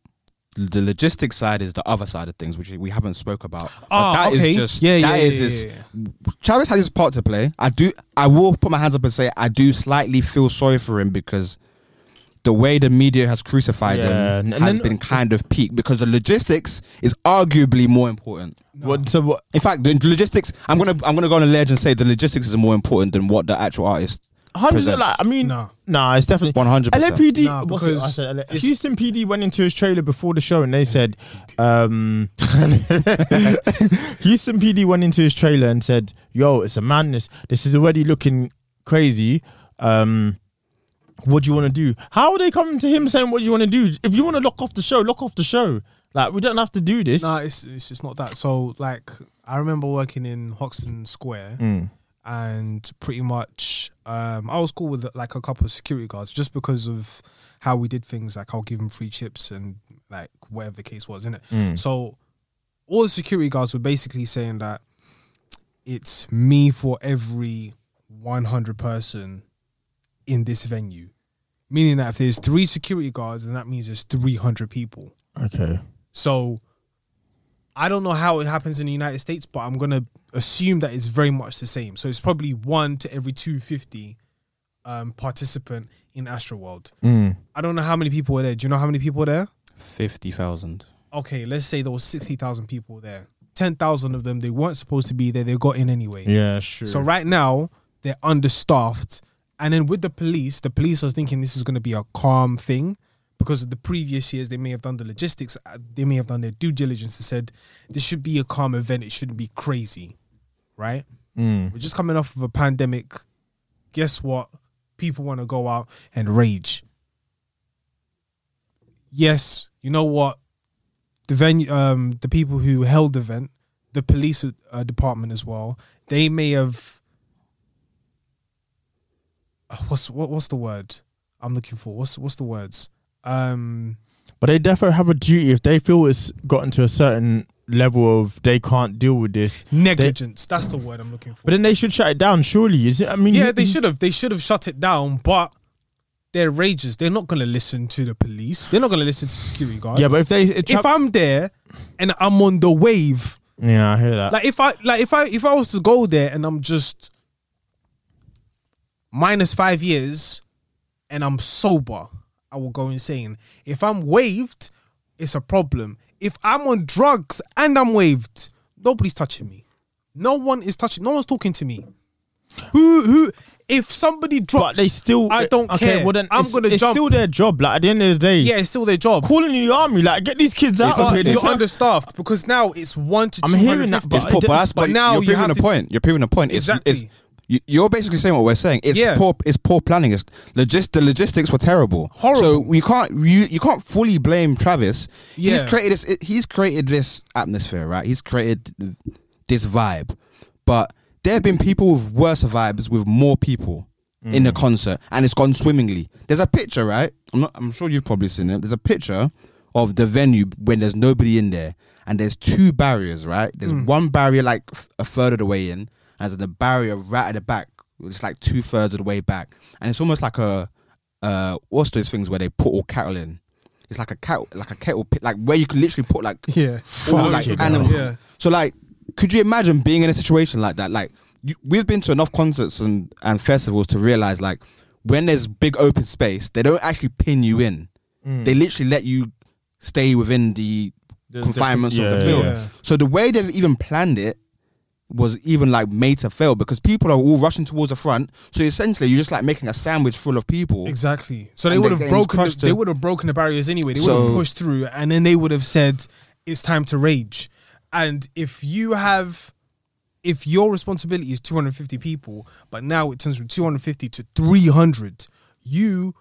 Speaker 2: The logistics side is the other side of things, which we haven't spoke about.
Speaker 3: Ah,
Speaker 2: But that is
Speaker 3: okay.
Speaker 2: just
Speaker 3: Yeah, yeah,
Speaker 2: that is
Speaker 3: yeah,
Speaker 2: this-
Speaker 3: yeah,
Speaker 2: Travis has his part to play. I do. I will put my hands up and say I do slightly feel sorry for him because the way the media has crucified
Speaker 1: Yeah,
Speaker 2: him
Speaker 1: and
Speaker 2: has
Speaker 1: then-
Speaker 2: been kind of peak because the logistics is arguably more important.
Speaker 1: What? So what?
Speaker 2: In fact, the logistics. I'm gonna I'm gonna go on a ledge and say the logistics is more important than what the actual artist.
Speaker 1: How does it
Speaker 2: presents.
Speaker 1: like? I mean,
Speaker 3: No.
Speaker 1: nah, it's definitely
Speaker 2: 100%.
Speaker 1: LAPD.
Speaker 3: Nah,
Speaker 1: what's it- I
Speaker 3: because
Speaker 1: said LA
Speaker 3: it's-
Speaker 1: Houston PD went into his trailer before the show and they said, um, [LAUGHS] Houston PD went into his trailer and said, "Yo, it's a madness. This is already looking crazy. Um, what do you want to do? How are they coming to him saying, what do you want to do? If you want to lock off the show, lock off the show. Like we don't have to do this.
Speaker 3: No, it's it's just not that. So like I remember working in Hoxton Square and pretty much um I was cool with like a couple of security guards just because of how we did things, like I'll give them free chips and like whatever the case was, innit? So all the security guards were basically saying that it's me for every 100 person in this venue. Meaning that if there's three security guards, then that means there's 300 people.
Speaker 1: Okay.
Speaker 3: So I don't know how it happens in the United States, but I'm gonna assume that it's very much the same. So it's probably one to every two fifty um, participant in Astro World. I don't know how many people were there. Do you know how many people were there?
Speaker 2: Fifty thousand.
Speaker 3: Okay, let's say there was sixty thousand people there. Ten thousand of them they weren't supposed to be there. They got in anyway.
Speaker 1: Yeah, sure.
Speaker 3: So right now they're understaffed, and then with the police, the police was thinking this is going to be a calm thing because of the previous years they may have done the logistics, uh, they may have done their due diligence and said this should be a calm event. It shouldn't be crazy, right? We're just coming off of a pandemic. Guess what? People want to go out and rage. Yes, you know what? The venue, um, the people who held the event, the police uh, department as well, they may have uh, what's what, what's the word I'm looking for? What's what's the words? Um,
Speaker 1: But they definitely have a duty if they feel it's gotten to a certain level of they can't deal with this.
Speaker 3: negligence. that's the word I'm looking for.
Speaker 1: But then they should shut it down. Surely, is it? I mean,
Speaker 3: yeah,
Speaker 1: you-
Speaker 3: they should have. They should have shut it down. But they're ragers. They're not going to listen to the police. They're not going to listen to security guards.
Speaker 1: Yeah, but if they, it
Speaker 3: if
Speaker 1: tra-
Speaker 3: I'm there and I'm on the wave,
Speaker 1: yeah, I hear that.
Speaker 3: like if I like if I if I was to go there and I'm just minus five years and I'm sober, I will go insane. If I'm waved, it's a problem. If I'm on drugs and I'm waved, nobody's touching me. No one is touching. No one's talking to me. Who who? If somebody drops,
Speaker 1: but they still,
Speaker 3: I don't
Speaker 1: okay,
Speaker 3: care.
Speaker 1: Well then
Speaker 3: I'm
Speaker 1: it's,
Speaker 3: gonna
Speaker 1: it's
Speaker 3: jump.
Speaker 1: still their job. Like at the end of the day,
Speaker 3: yeah, it's still their job.
Speaker 1: calling the army, like get these kids out.
Speaker 3: But
Speaker 1: of here.
Speaker 3: you're
Speaker 1: This-
Speaker 3: understaffed because now it's one to
Speaker 1: I'm
Speaker 3: two
Speaker 1: hearing
Speaker 3: hundred
Speaker 1: that,
Speaker 3: fifty.
Speaker 2: It's poor, but, that's, but now you're proving a point. You're proving a point. It's,
Speaker 3: Exactly.
Speaker 2: it's you- you're basically saying what we're saying. It's
Speaker 3: Yeah.
Speaker 2: poor. It's poor planning. It's logis- The logistics were terrible.
Speaker 3: Horrible.
Speaker 2: So we can't. You you can't fully blame Travis. He's
Speaker 3: Yeah.
Speaker 2: created this. He's created this atmosphere, right? He's created th- this vibe. But there have been people with worse vibes with more people in the concert, and it's gone swimmingly. There's a picture, right? I'm not. I'm sure you've probably seen it. There's a picture of the venue when there's nobody in there, and there's two barriers, right? There's one barrier like f- a third of the way in, and there's a barrier right at the back. It's like two thirds of the way back, and it's almost like a uh, what's those things where they put all cattle in? It's like a cattle, like a kettle pit, like where you can literally put like
Speaker 3: Yeah. Fuck
Speaker 2: all like
Speaker 3: it,
Speaker 2: animals.
Speaker 3: bro. Yeah.
Speaker 2: So like, could you imagine being in a situation like that? Like, you, we've been to enough concerts and and festivals to realize like when there's big open space, they don't actually pin you in.
Speaker 3: Mm.
Speaker 2: They literally let you stay within the, confinements of the
Speaker 1: yeah,
Speaker 2: field.
Speaker 3: yeah.
Speaker 2: So the way they've even planned it was even like made to fail because people are all rushing towards the front. So essentially, you're just like making a sandwich full of people.
Speaker 3: Exactly. So they
Speaker 2: And
Speaker 3: would
Speaker 2: the
Speaker 3: have
Speaker 2: game's
Speaker 3: broken. The,
Speaker 2: crushed
Speaker 3: they
Speaker 2: it.
Speaker 3: would have broken the barriers anyway. They would have
Speaker 2: So-
Speaker 3: pushed through, and then they would have said, "It's time to rage." And if you have, if your responsibility is 250 people, but now it turns from 250 to 300, you are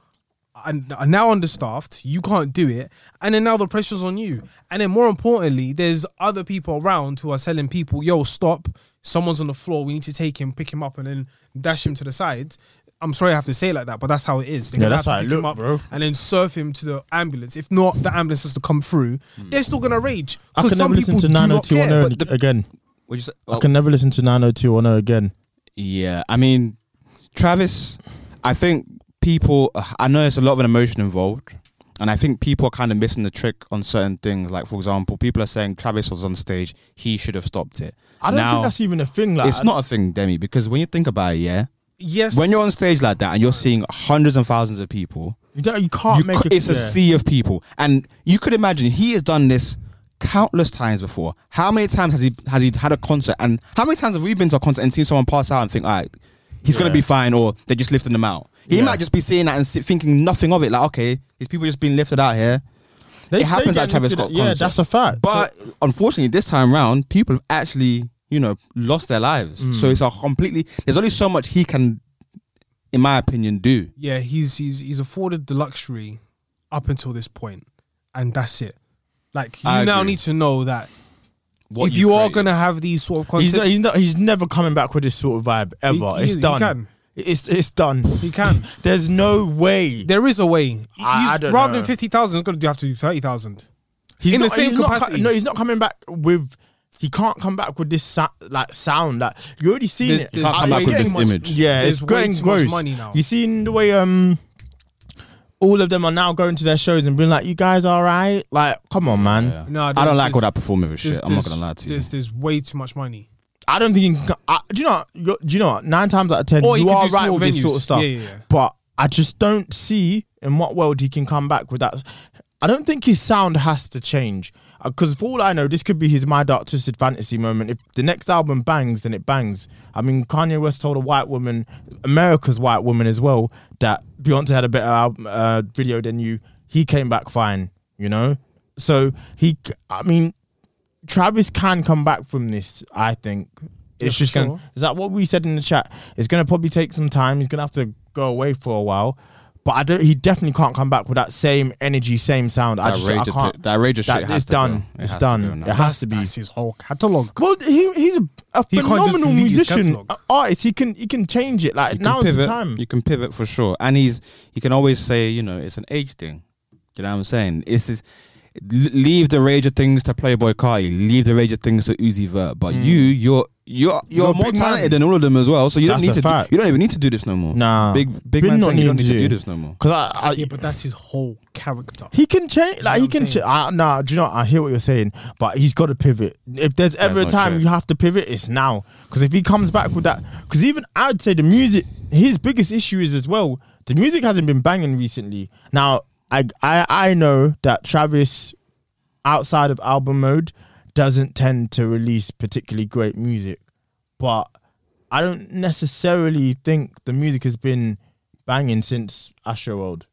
Speaker 3: are now understaffed. You can't do it, and then now the pressure's on you. And then more importantly, there's other people around who are telling people, "Yo, stop! Someone's on the floor. We need to take him, pick him up, and then dash him to the side." I'm sorry I have to say it like that, but that's how it is. They're
Speaker 1: Yeah,
Speaker 3: gonna
Speaker 1: that's
Speaker 3: have to
Speaker 1: how it
Speaker 3: pick him
Speaker 1: look,
Speaker 3: up
Speaker 1: bro.
Speaker 3: And then surf him to the ambulance. If not, the ambulance has to come through.
Speaker 2: Hmm.
Speaker 3: They're still gonna rage
Speaker 1: I
Speaker 3: because
Speaker 1: can
Speaker 3: some
Speaker 1: never listen
Speaker 3: people
Speaker 1: to
Speaker 3: do not care.
Speaker 1: 90210
Speaker 2: but the-
Speaker 1: again.
Speaker 2: Would you say?
Speaker 1: I can never listen to 90210 again.
Speaker 2: Yeah, I mean, Travis, I think people. I know there's a lot of an emotion involved, and I think people are kind of missing the trick on certain things. Like, for example, people are saying Travis was on stage; he should have stopped it.
Speaker 1: I don't
Speaker 2: Now,
Speaker 1: think that's even a thing. Like
Speaker 2: it's not a thing, Demi, because when you think about it, yeah,
Speaker 3: Yes,
Speaker 2: when you're on stage like that and you're seeing hundreds and thousands of people,
Speaker 1: You, don't, you can't
Speaker 2: you
Speaker 1: make
Speaker 2: cou-
Speaker 1: a,
Speaker 2: it's a
Speaker 1: yeah.
Speaker 2: sea of people, and you could imagine he has done this countless times before. How many times has he has he had a concert, and how many times have we been to a concert and seen someone pass out and think, all right, he's gonna
Speaker 1: Yeah.
Speaker 2: be fine, or they're just lifting them out. He
Speaker 1: Yeah.
Speaker 2: might just be seeing that and si- thinking nothing of it. Like, okay, these people just being lifted out here.
Speaker 1: They-
Speaker 2: it happens
Speaker 1: they
Speaker 2: at
Speaker 1: get
Speaker 2: Travis
Speaker 1: lifted
Speaker 2: Scott
Speaker 1: at- Yeah,
Speaker 2: concert.
Speaker 1: that's a fact.
Speaker 2: But unfortunately, this time round, people have actually, you know, lost their lives. So it's a completely. There's only so much he can, in my opinion, do.
Speaker 3: yeah, he's he's he's afforded the luxury up until this point, and that's it. Like you
Speaker 2: I
Speaker 3: now
Speaker 2: agree.
Speaker 3: need to know that
Speaker 2: What
Speaker 3: if you, are
Speaker 2: created.
Speaker 3: gonna have these sort of
Speaker 1: he's
Speaker 3: concerts,
Speaker 1: not, he's not. He's never coming back with this sort of vibe ever.
Speaker 3: he-
Speaker 1: it's
Speaker 3: he
Speaker 1: done.
Speaker 3: can.
Speaker 1: It's it's done.
Speaker 3: He can.
Speaker 1: [LAUGHS] There's no way.
Speaker 3: there is a way.
Speaker 1: I-
Speaker 3: He's-
Speaker 1: I don't
Speaker 3: rather than
Speaker 1: know.
Speaker 3: fifty thousand, it's gonna do have to do thirty thousand.
Speaker 1: He's
Speaker 3: in the
Speaker 1: not-
Speaker 3: same
Speaker 1: he's not co-
Speaker 3: capacity.
Speaker 1: no, he's not coming back with. He can't come back with this sa- like sound. Like you already seen
Speaker 3: There's-
Speaker 1: it.
Speaker 3: there's
Speaker 1: Like,
Speaker 2: Can't come
Speaker 1: it's
Speaker 2: back with
Speaker 1: getting
Speaker 2: this
Speaker 1: much-
Speaker 2: image.
Speaker 1: Yeah,
Speaker 3: There's
Speaker 1: it's going
Speaker 3: way too much
Speaker 1: gross.
Speaker 3: money now.
Speaker 1: You seen the way um. All of them are now going to their shows and being like, "You guys all right?" Like, come on, man.
Speaker 3: No,
Speaker 2: I
Speaker 3: there's-
Speaker 2: don't like all
Speaker 3: there's-
Speaker 2: that performative shit.
Speaker 3: there's-
Speaker 2: I'm not
Speaker 3: there's-
Speaker 2: gonna lie to you.
Speaker 3: There's there's way too much money.
Speaker 1: I don't think. You can, I, do you know? what? You're, do you know? what? Nine times out of ten,
Speaker 3: Or you
Speaker 1: you
Speaker 3: could
Speaker 1: are
Speaker 3: do
Speaker 1: right
Speaker 3: small
Speaker 1: with this
Speaker 3: venues.
Speaker 1: sort of stuff.
Speaker 3: Yeah, yeah, yeah.
Speaker 1: But I I just don't see in what world he can come back with that. I don't think his sound has to change because, for all I know, this could be his My Dark Twisted Fantasy moment. If the next album bangs, then it bangs. I mean, Kanye West told a white woman, America's white woman as well, that Beyonce had a better album, uh, video than you. He came back fine, you know. So he, c- I mean, Travis can come back from this. I think it's just
Speaker 3: for
Speaker 1: going. to Is that what we said in the chat? It's going to probably take some time. He's going to have to go away for a while. But I don't. He definitely can't come back with that same energy, same sound. I
Speaker 2: That
Speaker 1: just.
Speaker 2: rage
Speaker 1: I
Speaker 2: of-
Speaker 1: can't.
Speaker 2: that rage of
Speaker 1: that-
Speaker 2: shit has
Speaker 1: It's
Speaker 2: to go.
Speaker 1: done.
Speaker 2: It
Speaker 1: It's
Speaker 2: has to go
Speaker 1: done.
Speaker 2: now.
Speaker 1: It has to be.
Speaker 3: That's his whole catalog.
Speaker 1: Well, he, he's a, a
Speaker 3: He can't just
Speaker 1: phenomenal
Speaker 3: delete his
Speaker 1: musician,
Speaker 3: catalogue.
Speaker 1: a- artist. He can he can change it. Like
Speaker 2: You
Speaker 1: now
Speaker 2: can
Speaker 1: is the
Speaker 2: pivot.
Speaker 1: time.
Speaker 2: You can pivot for sure, and he's he can always say, you know, it's an age thing. You know what I'm saying? It's is leave the rage of things to Playboy Carti, leave the rage of things to Uzi Vert. But you, you're you're Hmm. you're,
Speaker 1: You're a
Speaker 2: more
Speaker 1: big man.
Speaker 2: talented than all of them as well. So you
Speaker 1: That's
Speaker 2: don't
Speaker 1: a
Speaker 2: need to.
Speaker 1: fact.
Speaker 2: Do, you don't even need to do this no more.
Speaker 1: Nah.
Speaker 2: big big
Speaker 1: Been
Speaker 2: man
Speaker 1: not
Speaker 2: saying you don't need
Speaker 1: needing
Speaker 2: to
Speaker 1: to.
Speaker 2: do this no more.
Speaker 1: Because I, I
Speaker 3: Yeah, but that's his whole character.
Speaker 1: He can change. Like
Speaker 3: what
Speaker 1: he
Speaker 3: I'm
Speaker 1: can. Ch-
Speaker 3: saying.
Speaker 1: I, nah, do you know? what? I hear what you're saying, but he's got to pivot. If there's ever a
Speaker 2: no
Speaker 1: time
Speaker 2: choice.
Speaker 1: you have to pivot, it's now. Because if he comes back with that, because even I'd say the music, his biggest issue is as well. The music hasn't been banging recently. Now, I I I know that Travis, outside of album mode, doesn't tend to release particularly great music, but I don't necessarily think the music has been banging since Astro World.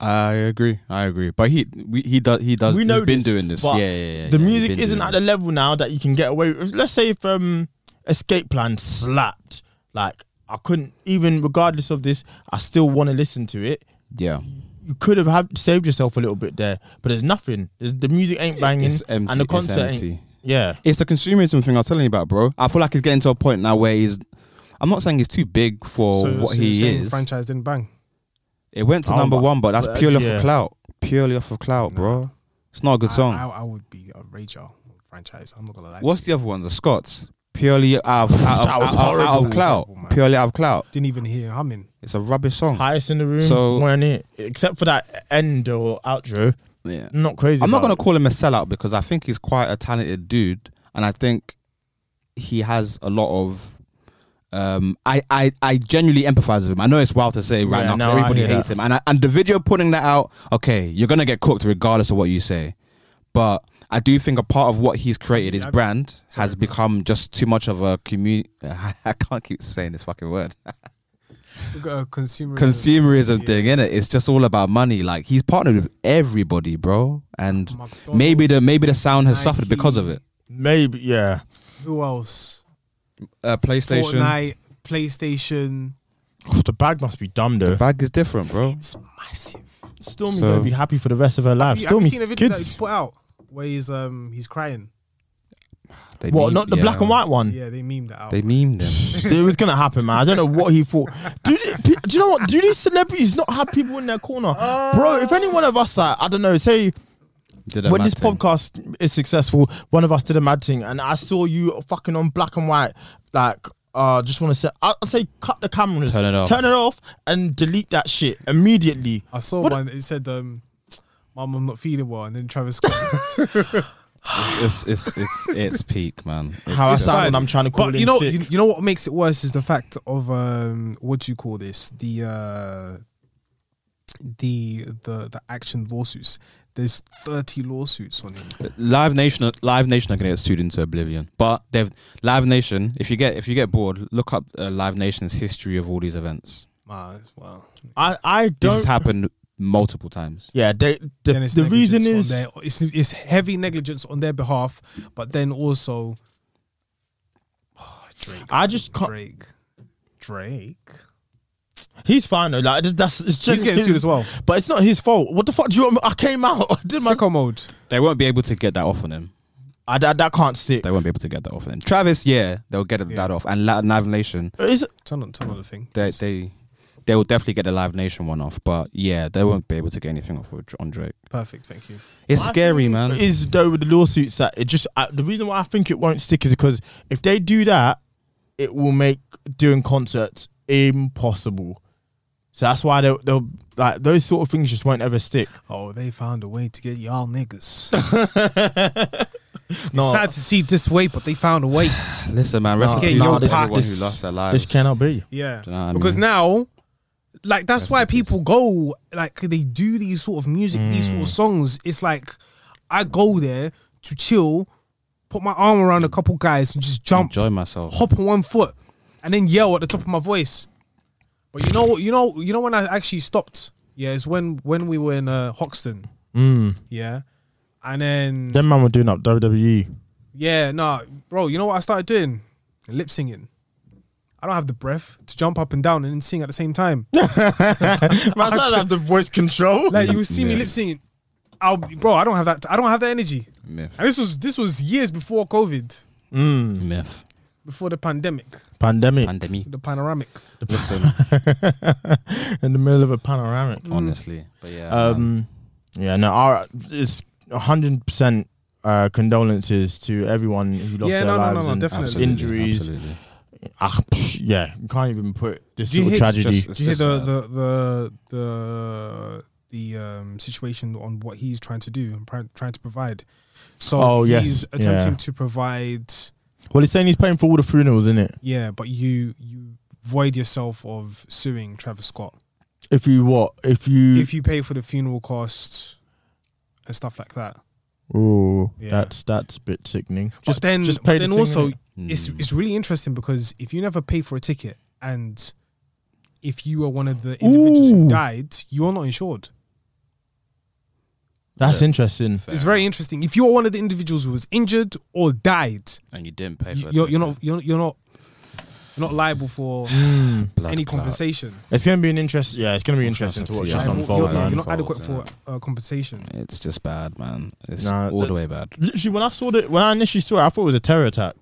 Speaker 2: I agree. I agree. But he we, he does he does.
Speaker 1: we
Speaker 2: he's
Speaker 1: know
Speaker 2: been
Speaker 1: this,
Speaker 2: doing this. Yeah,
Speaker 1: but
Speaker 2: yeah, yeah, yeah,
Speaker 1: The
Speaker 2: he's
Speaker 1: music
Speaker 2: been
Speaker 1: isn't
Speaker 2: doing
Speaker 1: at the
Speaker 2: this.
Speaker 1: level now that you can get away. With. Let's say if um, Escape Plan slapped, like I couldn't even, regardless of this, I still want to listen to it.
Speaker 2: yeah.
Speaker 1: You could have had, saved yourself a little bit there, but there's nothing. There's, the music ain't banging,
Speaker 2: It's empty.
Speaker 1: and the
Speaker 2: it's
Speaker 1: concert
Speaker 2: empty.
Speaker 1: ain't. Yeah,
Speaker 2: It's the consumerism thing I was telling you about, bro. I feel like he's getting to a point now where he's. I'm not saying he's too big for
Speaker 3: so,
Speaker 2: what
Speaker 3: so you're
Speaker 2: he
Speaker 3: saying
Speaker 2: is.
Speaker 3: Franchise didn't bang.
Speaker 2: It went to
Speaker 1: Oh,
Speaker 2: number
Speaker 1: but-
Speaker 2: one, but that's
Speaker 1: but,
Speaker 2: purely off
Speaker 1: yeah.
Speaker 2: of clout. Purely off of clout, bro. It's not a good
Speaker 3: I-
Speaker 2: song.
Speaker 3: I, I would be a rager on franchise. I'm not gonna lie.
Speaker 2: What's
Speaker 3: to
Speaker 2: the other one? The Scots. Purely
Speaker 3: [LAUGHS]
Speaker 2: out of, out of,
Speaker 1: That was
Speaker 2: out, of- out
Speaker 1: horrible.
Speaker 2: of clout.
Speaker 3: Horrible, Oh man.
Speaker 2: purely out of clout.
Speaker 3: you. Didn't even hear humming.
Speaker 2: It's a rubbish song.
Speaker 1: highest in the room,
Speaker 2: So-
Speaker 1: weren't it? Except for that end or outro.
Speaker 2: Yeah.
Speaker 1: Not crazy.
Speaker 2: I'm not going
Speaker 1: about
Speaker 2: to call him a sellout because I think he's quite a talented dude, and I think he has a lot of. Um, I, I I genuinely empathize with him. I know it's wild to say right
Speaker 1: Yeah,
Speaker 2: now 'cause
Speaker 1: no, I
Speaker 2: everybody
Speaker 1: hear
Speaker 2: hates
Speaker 1: that.
Speaker 2: him, and I, and the video putting that out. Okay, you're gonna get cooked regardless of what you say, but I do think a part of what he's created, his brand, has become just too much of a community. [LAUGHS] I can't keep saying this fucking word
Speaker 3: We've got a consumer.
Speaker 2: consumerism thing, innit? It's just all about money. Like he's partnered with everybody, bro, and
Speaker 3: McDonald's,
Speaker 2: maybe the maybe the sound has suffered
Speaker 3: Nike,
Speaker 2: because of it.
Speaker 1: Maybe yeah.
Speaker 3: Who else?
Speaker 2: Uh, PlayStation
Speaker 3: Fortnite, PlayStation.
Speaker 1: the bag must be dumb though.
Speaker 2: bag is different, bro.
Speaker 3: It's massive.
Speaker 1: Stormy's
Speaker 2: So-
Speaker 1: gonna be happy for the rest of her life.
Speaker 3: Have you, have you
Speaker 1: Stormy's
Speaker 3: seen a video that he's
Speaker 1: kids.
Speaker 3: put out where he's um he's crying?
Speaker 2: They
Speaker 1: What?
Speaker 2: meme-
Speaker 1: Not the
Speaker 2: yeah.
Speaker 1: black and white one.
Speaker 3: Yeah, they memed that out.
Speaker 2: They meme them.
Speaker 1: Dude, it was gonna happen, man. I don't know what he thought. Do, they- pe- do you know what? Do these celebrities not have people in their corner, bro? If any one of us, like, I don't know, say
Speaker 2: Did a
Speaker 1: when this
Speaker 2: mad thing.
Speaker 1: podcast is successful, one of us did a mad thing, and I saw you fucking on black and white, like, uh, just want to say, I'll say, cut the cameras,
Speaker 2: Turn it off.
Speaker 1: turn it off, and delete that shit immediately.
Speaker 3: I saw
Speaker 1: What-
Speaker 3: one. It said, um, "Mom, I'm not feeling well," and then Travis Scott.
Speaker 2: it's it's it's it's peak, man. It's
Speaker 1: How I
Speaker 2: just-
Speaker 1: sound when I'm trying to call
Speaker 3: but
Speaker 1: in
Speaker 3: you know,
Speaker 1: sick.
Speaker 3: you, you know what makes it worse is the fact of um, what do you call this? The uh, the the the action lawsuits. There's 30 lawsuits on him.
Speaker 2: Live Nation, Live Nation are gonna get sued into oblivion. But they've Live Nation. If you get if you get bored, look up uh, Live Nation's history of all these events.
Speaker 3: wow.
Speaker 1: I, I
Speaker 2: This
Speaker 1: don't.
Speaker 2: has happened multiple times.
Speaker 1: yeah, they, the,
Speaker 3: Then it's
Speaker 1: the reason
Speaker 3: negligence
Speaker 1: is
Speaker 3: on their, it's, it's heavy negligence on their behalf, but then also [SIGHS] oh, Drake.
Speaker 1: I just can't-
Speaker 3: Drake. Drake.
Speaker 1: He's fine though. Like that's- that's it's just
Speaker 3: He's getting
Speaker 1: his-
Speaker 3: sued as well.
Speaker 1: but it's not his fault. What the fuck do you want? me- I came out. [LAUGHS] I did my.
Speaker 3: Sicko mode.
Speaker 2: They won't be able to get that off on him.
Speaker 1: I, that, that can't stick.
Speaker 2: They won't be able to get that off on him. Travis, yeah, they'll get that off. And La- Live Nation,
Speaker 1: It's,
Speaker 3: Turn on, turn on the thing.
Speaker 2: they they they will definitely get the Live Nation one off. But yeah, they won't be able to get anything off with- on Drake.
Speaker 3: Perfect. Thank you.
Speaker 2: It's scary,
Speaker 3: Um,
Speaker 2: man.
Speaker 1: is though with the lawsuits that it just uh, the reason why I think it won't stick is because if they do that, it will make doing concerts impossible. So that's why they'll, they'll like those sort of things just won't ever stick.
Speaker 3: Oh, they found a way to get y'all niggas.
Speaker 1: [LAUGHS] No.
Speaker 3: [LAUGHS] It's sad to see it this way, but they found a way.
Speaker 2: Listen, man. Rest
Speaker 1: Nah,
Speaker 2: in peace
Speaker 3: nah,
Speaker 2: to
Speaker 3: this-
Speaker 2: everyone who
Speaker 1: this-
Speaker 2: lost their lives.
Speaker 1: This cannot be.
Speaker 3: Yeah.
Speaker 2: Dunno what I
Speaker 3: because
Speaker 2: mean.
Speaker 3: now like that's why people go like they do these sort of music these sort of
Speaker 2: Mm.
Speaker 3: songs it's like i go there to chill put my arm around a couple guys and just jump
Speaker 2: Enjoy myself.
Speaker 3: hop on one foot and then yell at the top of my voice but you know what you know you know when i actually stopped yeah it's when when we were in uh, hoxton
Speaker 2: Mm.
Speaker 3: yeah and then
Speaker 1: Them man were doing up E.
Speaker 3: [LAUGHS]
Speaker 1: WWE.
Speaker 3: yeah, nah, bro. You know what I started doing? Lip singing. I don't have the breath to jump up and down and then sing at the same time.
Speaker 1: Man, I have the voice control.
Speaker 3: like you will see me
Speaker 2: Yeah.
Speaker 3: lip singing. I'll, bro, I don't have that. I don't have that energy.
Speaker 2: Myth.
Speaker 3: And this was this was years before COVID,
Speaker 2: Myth.
Speaker 3: before the pandemic,
Speaker 1: Pandemic
Speaker 2: Pandemic.
Speaker 3: the panoramic.
Speaker 2: Listen,
Speaker 1: Mm. [LAUGHS] in the middle of a panoramic.
Speaker 2: honestly. But yeah. man.
Speaker 1: Um, yeah, no, our it's hundred percent uh, condolences to everyone who lost
Speaker 3: Yeah,
Speaker 1: their
Speaker 3: no, no, no,
Speaker 1: lives
Speaker 3: no,
Speaker 1: and
Speaker 3: definitely.
Speaker 2: Absolutely,
Speaker 1: injuries.
Speaker 2: Absolutely.
Speaker 1: Ah, psh, yeah, you can't even put this
Speaker 3: Do you
Speaker 1: little
Speaker 3: hear-
Speaker 1: tragedy.
Speaker 2: It's
Speaker 3: Do you hear
Speaker 2: just,
Speaker 3: the
Speaker 2: uh,
Speaker 3: the the the the um, situation on what he's trying to do and pri- trying to provide? So
Speaker 1: Oh, yes,
Speaker 3: he's attempting
Speaker 1: yeah.
Speaker 3: to provide
Speaker 1: well, he's saying he's paying for all the funerals, isn't it?
Speaker 3: Yeah, but you you void yourself of suing Travis Scott
Speaker 1: If you what? If you?
Speaker 3: if you pay for the funeral costs and stuff like that.
Speaker 1: oh,
Speaker 3: Yeah.
Speaker 1: that's that's a bit sickening.
Speaker 3: Just then,
Speaker 1: just
Speaker 3: but
Speaker 1: pay the
Speaker 3: then
Speaker 1: thing,
Speaker 3: also
Speaker 1: innit?
Speaker 3: it's
Speaker 2: Hmm.
Speaker 3: it's really interesting because if you never pay for a ticket and if you are one of the individuals
Speaker 1: Ooh.
Speaker 3: who died, you are not insured.
Speaker 1: that's interesting.
Speaker 3: It's very interesting. If you are one of the individuals who was injured or died,
Speaker 2: And you didn't pay
Speaker 3: you-
Speaker 2: for it.
Speaker 3: you're, you're not you're, you're not you're not liable for
Speaker 2: [SIGHS] Blood
Speaker 3: any
Speaker 2: clot.
Speaker 3: compensation.
Speaker 1: It's gonna be an interest. Yeah, it's gonna be interesting
Speaker 2: Interesting
Speaker 1: to
Speaker 2: to
Speaker 1: watch
Speaker 2: see
Speaker 1: this
Speaker 2: how
Speaker 3: You're,
Speaker 2: it
Speaker 1: unfold,
Speaker 3: you're-
Speaker 2: unfolds,
Speaker 1: man.
Speaker 3: you're not adequate for
Speaker 2: unfolds,
Speaker 3: uh, compensation.
Speaker 2: It's just bad, man. It's
Speaker 1: Nah,
Speaker 2: all
Speaker 1: that-
Speaker 2: the way bad.
Speaker 1: Literally, when I saw it, when I initially saw it, I thought it was a terror attack.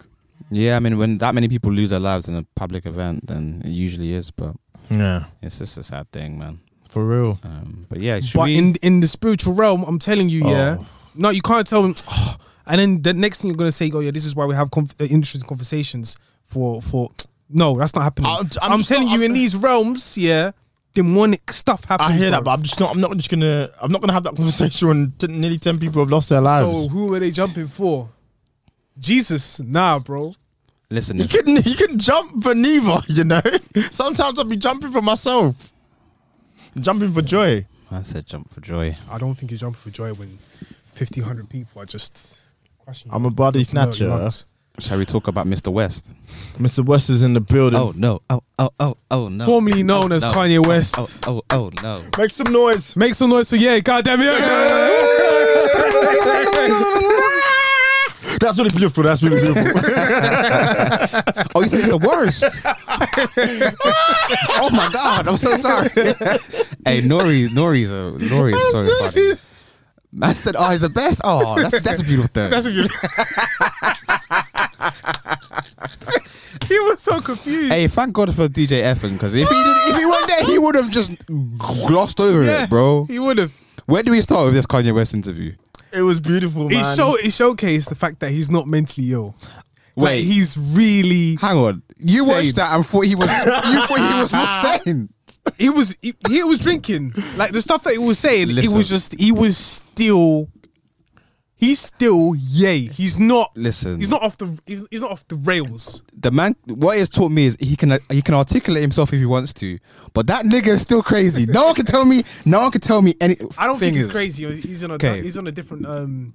Speaker 2: Yeah, I mean, when that many people lose their lives in a public event, then it usually is. But
Speaker 1: Yeah,
Speaker 2: it's just a sad thing, man.
Speaker 1: for real.
Speaker 2: Um, but yeah, should
Speaker 3: But
Speaker 2: we?
Speaker 3: in in the spiritual realm, I'm telling you, yeah.
Speaker 1: Oh.
Speaker 3: No, you can't tell them. "Oh," and then the next thing you're gonna say, oh yeah, this is why we have conf- uh, interesting conversations for for. No, that's not happening.
Speaker 1: I'm-
Speaker 3: I'm,
Speaker 1: I'm just
Speaker 3: telling
Speaker 1: not-
Speaker 3: you,
Speaker 1: I'm-
Speaker 3: in these realms, yeah, demonic stuff happens.
Speaker 1: I hear that, but
Speaker 3: bro.
Speaker 1: I'm just not. I'm not just gonna. I'm not gonna have that conversation when t- nearly ten people have lost their lives.
Speaker 3: so who were they jumping for? Jesus, nah, bro.
Speaker 2: Listen, [LAUGHS]
Speaker 1: you
Speaker 2: if,
Speaker 1: can [LAUGHS] you can jump for neither. [LAUGHS] You know. Sometimes I'll be jumping for myself. Jumping for joy.
Speaker 2: I said jump for joy.
Speaker 3: I don't think you're jumping for joy when 50, 100 people are just crushing.
Speaker 1: I'm a body snatcher.
Speaker 2: Shall we talk about Mr. West?
Speaker 1: Mr. West is in the building.
Speaker 2: Oh no! Oh oh oh oh no!
Speaker 3: Formerly known as Kanye West.
Speaker 2: Oh oh oh no!
Speaker 1: Make some noise.
Speaker 3: Make some noise for yeah, goddamn it.
Speaker 1: [LAUGHS] That's really beautiful. That's really beautiful.
Speaker 2: Oh, you said it's the [LAUGHS] worst. oh my god! I'm so sorry. [LAUGHS] hey, Nori, Nori's a Nori is so funny. [LAUGHS] I said, oh, he's the best. Oh, that's that's a beautiful thing.
Speaker 1: That's a beautiful.
Speaker 3: he was so confused.
Speaker 2: Hey, thank God for DJ Effing because if he did, if he went there, he would have just glossed over
Speaker 3: Yeah,
Speaker 2: it, bro.
Speaker 3: He would have.
Speaker 2: Where do we start with this Kanye West interview?
Speaker 1: [LAUGHS] It was beautiful,
Speaker 3: He
Speaker 1: man.
Speaker 3: show it showcased the fact that he's not mentally ill. Like,
Speaker 2: Wait.
Speaker 3: he's really
Speaker 2: Hang on, you
Speaker 3: Sane.
Speaker 2: watched that and thought he was you thought he was [LAUGHS] not sane.
Speaker 3: he was he, he was drinking like the stuff that he was saying. It
Speaker 2: Listen.
Speaker 3: was just he was still. He's still yay. He's not.
Speaker 2: Listen.
Speaker 3: He's not off the. He's, he's not off the rails.
Speaker 2: The man, what he has taught me is he can he can articulate himself if he wants to, but that nigga is still crazy. No one can tell me. No one can tell me any.
Speaker 3: I don't
Speaker 2: thing
Speaker 3: think he's
Speaker 2: is,
Speaker 3: crazy. He's on a.
Speaker 2: Okay.
Speaker 3: He's on a different. Um,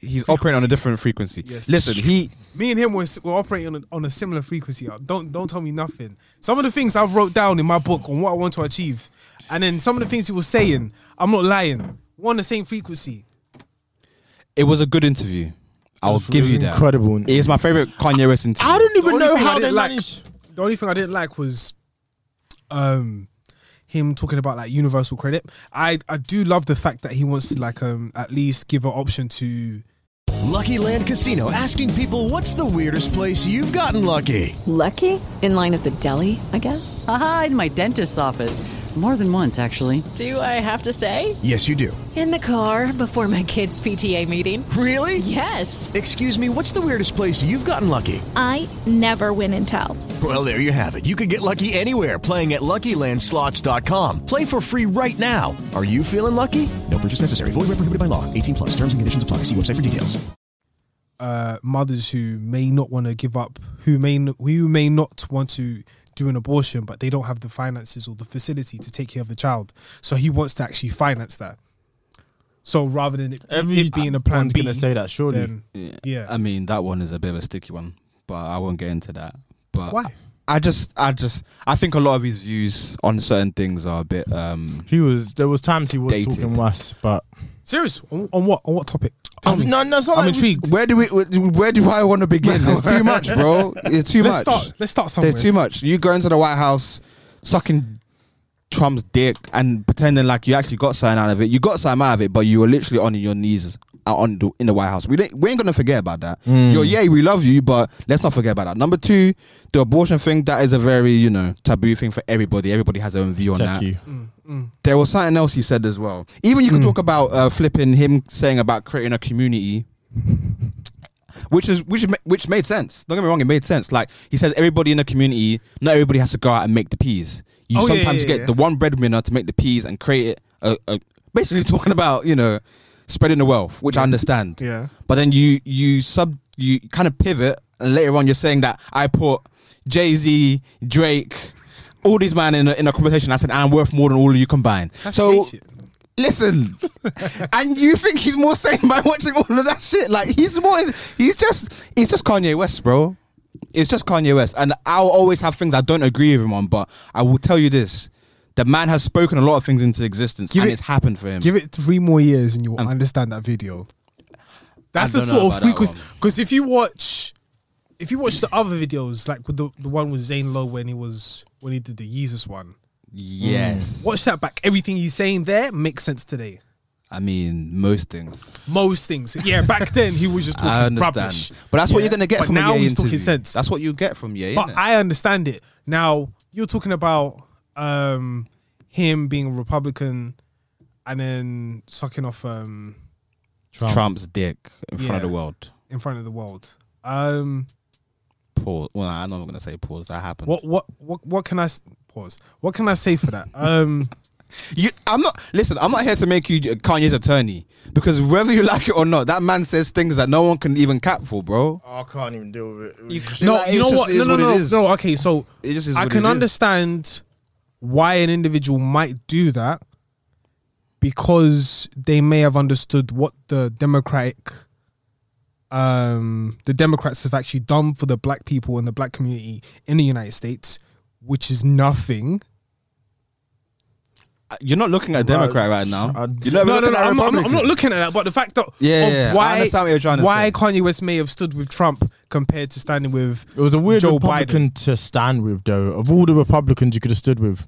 Speaker 2: He's operating on a different frequency.
Speaker 3: Yes.
Speaker 2: Listen, he
Speaker 3: me and him were, s- were operating on a, on a similar frequency. Uh, Don't don't tell me nothing. Some of the things I've wrote down in my book on what I want to achieve, and then some of the things he was saying, I'm not lying. We're on the same frequency.
Speaker 2: it was a good interview. I'll give you that.
Speaker 1: incredible
Speaker 2: It is my favorite Kanye West interview.
Speaker 1: I don't even
Speaker 3: only
Speaker 1: know
Speaker 3: thing I
Speaker 1: how they
Speaker 3: didn't like-
Speaker 1: managed.
Speaker 3: The only thing I didn't like was, um, him talking about like universal credit. I I do love the fact that he wants to like um at least give an option to
Speaker 4: Lucky Land Casino asking people what's the weirdest place you've gotten lucky?
Speaker 5: Lucky? In line at the deli, I guess?
Speaker 6: Aha, in my dentist's office. More than once, actually.
Speaker 7: Do I have to say?
Speaker 4: Yes, you do.
Speaker 7: In the car before my kids' PTA meeting.
Speaker 4: Really?
Speaker 7: Yes.
Speaker 4: Excuse me, what's the weirdest place you've gotten lucky?
Speaker 8: I never win and tell.
Speaker 4: Well, there you have it. You can get lucky anywhere playing at LuckyLandSlots.com. Play for free right now. Are you feeling lucky? No purchase necessary. Void where prohibited by law. 18 plus. Terms and conditions apply. See website for details.
Speaker 3: uh mothers who may not want to give up, who may n- who may not want to do an abortion, but they don't have the finances or the facility to take care of the child. So he wants to actually finance that. So rather than it, it being a plan B, then-
Speaker 2: yeah.
Speaker 3: yeah.
Speaker 2: I mean, that one is a bit of a sticky one, but I won't get into that. But
Speaker 3: Why?
Speaker 2: I just, I just, I think a lot of his views on certain things are a bit. um
Speaker 1: He was. There was times he was
Speaker 2: Dated.
Speaker 1: talking worse, but
Speaker 3: Serious on, on what on what topic? Tell me.
Speaker 1: no, no, it's not
Speaker 3: I'm
Speaker 1: like we-
Speaker 3: intrigued.
Speaker 2: Where do we? Where do I want to begin?
Speaker 3: [LAUGHS]
Speaker 2: It's too much, bro. It's too
Speaker 3: Let's
Speaker 2: much.
Speaker 3: start- let's start somewhere.
Speaker 2: There's too much. You going to the White House, sucking Trump's dick and pretending like you actually got something out of it. You got something out of it, but you were literally on your knees out on the, in the White House. We didn't, we ain't gonna forget about that.
Speaker 3: Hmm.
Speaker 2: Yo, yeah, we love you, but let's not forget about that. Number two, the abortion thing. That is a very you know taboo thing for everybody. Everybody has their own view on
Speaker 1: Thank
Speaker 2: that
Speaker 1: you.
Speaker 2: there was something else he said as well. Even you
Speaker 3: Hmm.
Speaker 2: can talk about uh, flipping him saying about creating a community, which is which ma- which made sense. Don't get me wrong, it made sense. Like he says, everybody in the community, not everybody has to go out and make the peas. You
Speaker 3: Oh, yeah,
Speaker 2: sometimes
Speaker 3: yeah,
Speaker 2: get
Speaker 3: yeah.
Speaker 2: the one breadwinner to make the peas and create it. A, a, basically, [LAUGHS] talking about you know spreading the wealth, which I understand.
Speaker 3: Yeah.
Speaker 2: But then you you sub you kind of pivot, and later on you're saying that I put Jay Z, Drake, all these man in a, in a conversation. I said I'm worth more than all of you combined. so
Speaker 3: shit. [LAUGHS]
Speaker 2: listen, and you think he's more sane by watching all of that shit? Like he's more he's just he's just Kanye West, bro. It's just Kanye West, and I'll always have things I don't agree with him on. But I will tell you this: the man has spoken a lot of things into existence,
Speaker 3: Give
Speaker 2: and
Speaker 3: it-
Speaker 2: it's happened for him.
Speaker 3: Give it three more years and you will understand that video. That's
Speaker 2: I
Speaker 3: the
Speaker 2: don't know
Speaker 3: sort
Speaker 2: about
Speaker 3: of
Speaker 2: that
Speaker 3: frequency.
Speaker 2: one.
Speaker 3: Because if you watch, if you watch the other videos, like with the, the one with Zane Lowe when he was when he did the Jesus one,
Speaker 2: yes,
Speaker 3: watch that back. Everything he's saying there makes sense today.
Speaker 2: I mean, most things.
Speaker 3: Most things, yeah. Back then he was just
Speaker 2: [LAUGHS] I
Speaker 3: talking
Speaker 2: understand,
Speaker 3: rubbish,
Speaker 2: but that's what
Speaker 3: Yeah.
Speaker 2: you're gonna get
Speaker 3: But
Speaker 2: from
Speaker 3: now
Speaker 2: a Ye
Speaker 3: he's
Speaker 2: interview.
Speaker 3: talking sense.
Speaker 2: That's what you get from Ye.
Speaker 3: But
Speaker 2: innit?
Speaker 3: I understand it. Now you're talking about um him being a Republican and then sucking off um
Speaker 2: Trump's dick in front
Speaker 3: Yeah.
Speaker 2: of the world.
Speaker 3: in front of the world. Um
Speaker 2: Pause. Well, I'm not gonna say pause. That happened.
Speaker 3: what what what what can I s- pause? What can I say for
Speaker 2: [LAUGHS]
Speaker 3: that? Um
Speaker 2: You, I'm not. Listen, I'm not here to make you Kanye's attorney because whether you [LAUGHS] like it or not, that man says things that no one can even cap for, bro.
Speaker 1: Oh, I can't even deal with it.
Speaker 3: no,
Speaker 2: Like,
Speaker 3: you know
Speaker 2: it's just-
Speaker 3: what?
Speaker 2: it
Speaker 3: No,
Speaker 2: is
Speaker 3: no,
Speaker 2: what it
Speaker 3: no,
Speaker 2: is.
Speaker 3: no. Okay, so
Speaker 2: It just is
Speaker 3: I
Speaker 2: what
Speaker 3: can
Speaker 2: it is.
Speaker 3: understand why an individual might do that because they may have understood what the Democratic, um, the Democrats have actually done for the black people and the black community in the United States, which is nothing.
Speaker 2: Uh, You're not looking at a Democrat right now.
Speaker 1: I-
Speaker 2: You're not
Speaker 3: No,
Speaker 2: even
Speaker 3: no,
Speaker 2: looking
Speaker 3: no.
Speaker 2: at a
Speaker 3: I'm, I'm, I'm not
Speaker 2: Republican.
Speaker 3: looking at that, but the fact that
Speaker 2: Yeah,
Speaker 3: of
Speaker 2: yeah, yeah. I
Speaker 3: why
Speaker 2: understand what you're trying to
Speaker 3: why
Speaker 2: say.
Speaker 3: Kanye West may have stood with Trump compared to standing with
Speaker 1: It was a weird
Speaker 3: Joe Biden.
Speaker 1: Republican to stand with, though. Of all the Republicans you could have stood with,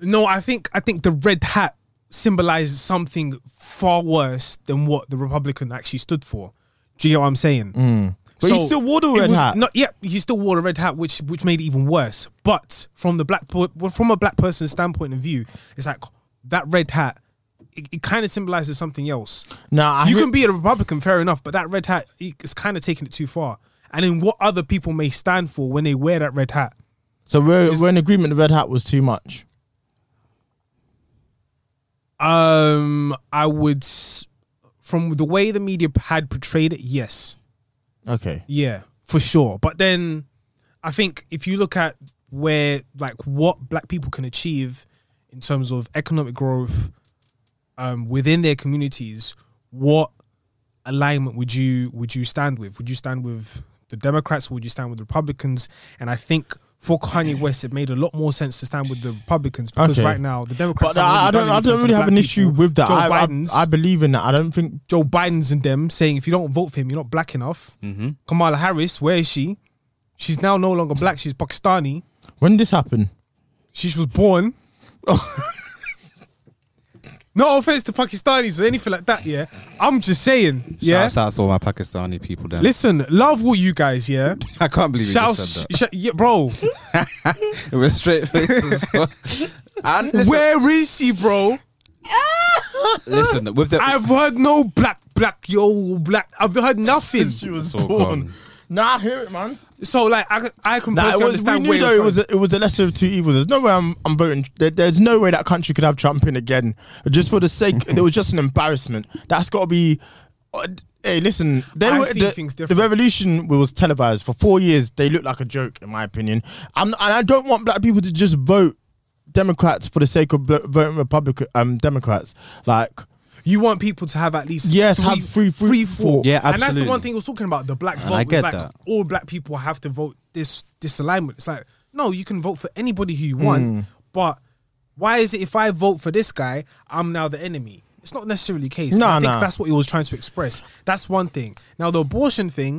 Speaker 3: No, I think I think the red hat symbolizes something far worse than what the Republican actually stood for. Do you get what I'm saying?
Speaker 1: Mm. But he still wore the
Speaker 3: it
Speaker 1: red
Speaker 3: was
Speaker 1: hat.
Speaker 3: Not, yep, he still wore the red hat, which which made it even worse. But from the black po- well, from a black person's standpoint of view, it's like that red hat. It, it kind of symbolizes something else.
Speaker 1: Nah, I
Speaker 3: you
Speaker 1: hear-
Speaker 3: can be a Republican, fair enough, but that red hat it- it's kind of taking it too far. And then what other people may stand for when they wear that red hat?
Speaker 1: so we're
Speaker 3: It's-
Speaker 1: we're in agreement. The red hat was too much.
Speaker 3: Um, I would, s- from the way the media p- had portrayed it, yes,
Speaker 1: Okay,
Speaker 3: yeah, for sure. But then, I think if you look at where, like, what black people can achieve in terms of economic growth, um, within their communities, what alignment would you would you stand with? Would you stand with the Democrats? Would you stand with the Republicans? And I think. For Kanye West, it made a lot more sense to stand with the Republicans because
Speaker 1: Okay.
Speaker 3: right now the Democrats.
Speaker 1: but I, I
Speaker 3: haven't
Speaker 1: don't. I
Speaker 3: really done anything
Speaker 1: don't
Speaker 3: for
Speaker 1: really
Speaker 3: the
Speaker 1: have
Speaker 3: black
Speaker 1: an issue
Speaker 3: people.
Speaker 1: with that.
Speaker 3: Joe
Speaker 1: I, I-
Speaker 3: Biden's.
Speaker 1: I believe in that. I don't think
Speaker 3: Joe Biden's and them saying if you don't vote for him, you're not black enough.
Speaker 1: Mm-hmm.
Speaker 3: Kamala Harris, where is she? She's now no longer black. She's Pakistani.
Speaker 1: when did this happened.
Speaker 3: She was born. [LAUGHS] no offense to Pakistanis or anything like that. Yeah, I'm just saying. Yeah,
Speaker 2: Shout out to all my Pakistani people. Then
Speaker 3: listen, love all you guys. Yeah,
Speaker 2: I can't believe you
Speaker 3: shout,
Speaker 2: just said that.
Speaker 3: sh- yeah, bro.
Speaker 2: [LAUGHS] It was
Speaker 3: [LAUGHS]
Speaker 2: straight faces. bro. and listen,
Speaker 3: Where is he, bro?
Speaker 2: listen, with the
Speaker 3: I've heard no black, black, yo, black. I've
Speaker 1: [LAUGHS]
Speaker 3: heard nothing.
Speaker 1: was
Speaker 2: all born. gone.
Speaker 1: Nah, I hear it, man.
Speaker 3: So like, I I can
Speaker 1: Nah,
Speaker 3: personally
Speaker 1: it was, we
Speaker 3: understand
Speaker 1: knew
Speaker 3: where
Speaker 1: though it was
Speaker 3: was
Speaker 1: a, it was a lesser of two evils. There's no way I'm I'm voting. There, there's no way
Speaker 3: [LAUGHS]
Speaker 1: that country could have Trump in again just for the sake. it was just an embarrassment. That's got to be Uh, d- Hey, listen. They
Speaker 3: I
Speaker 1: were,
Speaker 3: see
Speaker 1: the,
Speaker 3: things
Speaker 1: the
Speaker 3: different.
Speaker 1: revolution was televised for four years. They looked like a joke, in my opinion. I'm, and I don't want black people to just vote Democrats for the sake of blo- voting Republican um Democrats. Like,
Speaker 3: You want people to have at least
Speaker 1: Yes,
Speaker 3: three,
Speaker 1: have free- free-
Speaker 3: free thought.
Speaker 1: Yeah,
Speaker 3: And that's the
Speaker 1: absolutely.
Speaker 3: one thing I was talking about. The black
Speaker 1: And
Speaker 3: vote.
Speaker 1: I
Speaker 3: it's
Speaker 1: get
Speaker 3: like
Speaker 1: that.
Speaker 3: all black people have to vote this disalignment. It's like no, you can vote for anybody who you want,
Speaker 1: Mm.
Speaker 3: but why is it if I vote for this guy, I'm now the enemy? It's not necessarily the case.
Speaker 1: No,
Speaker 3: I think
Speaker 1: no.
Speaker 3: that's what he was trying to express. That's one thing. Now the abortion thing,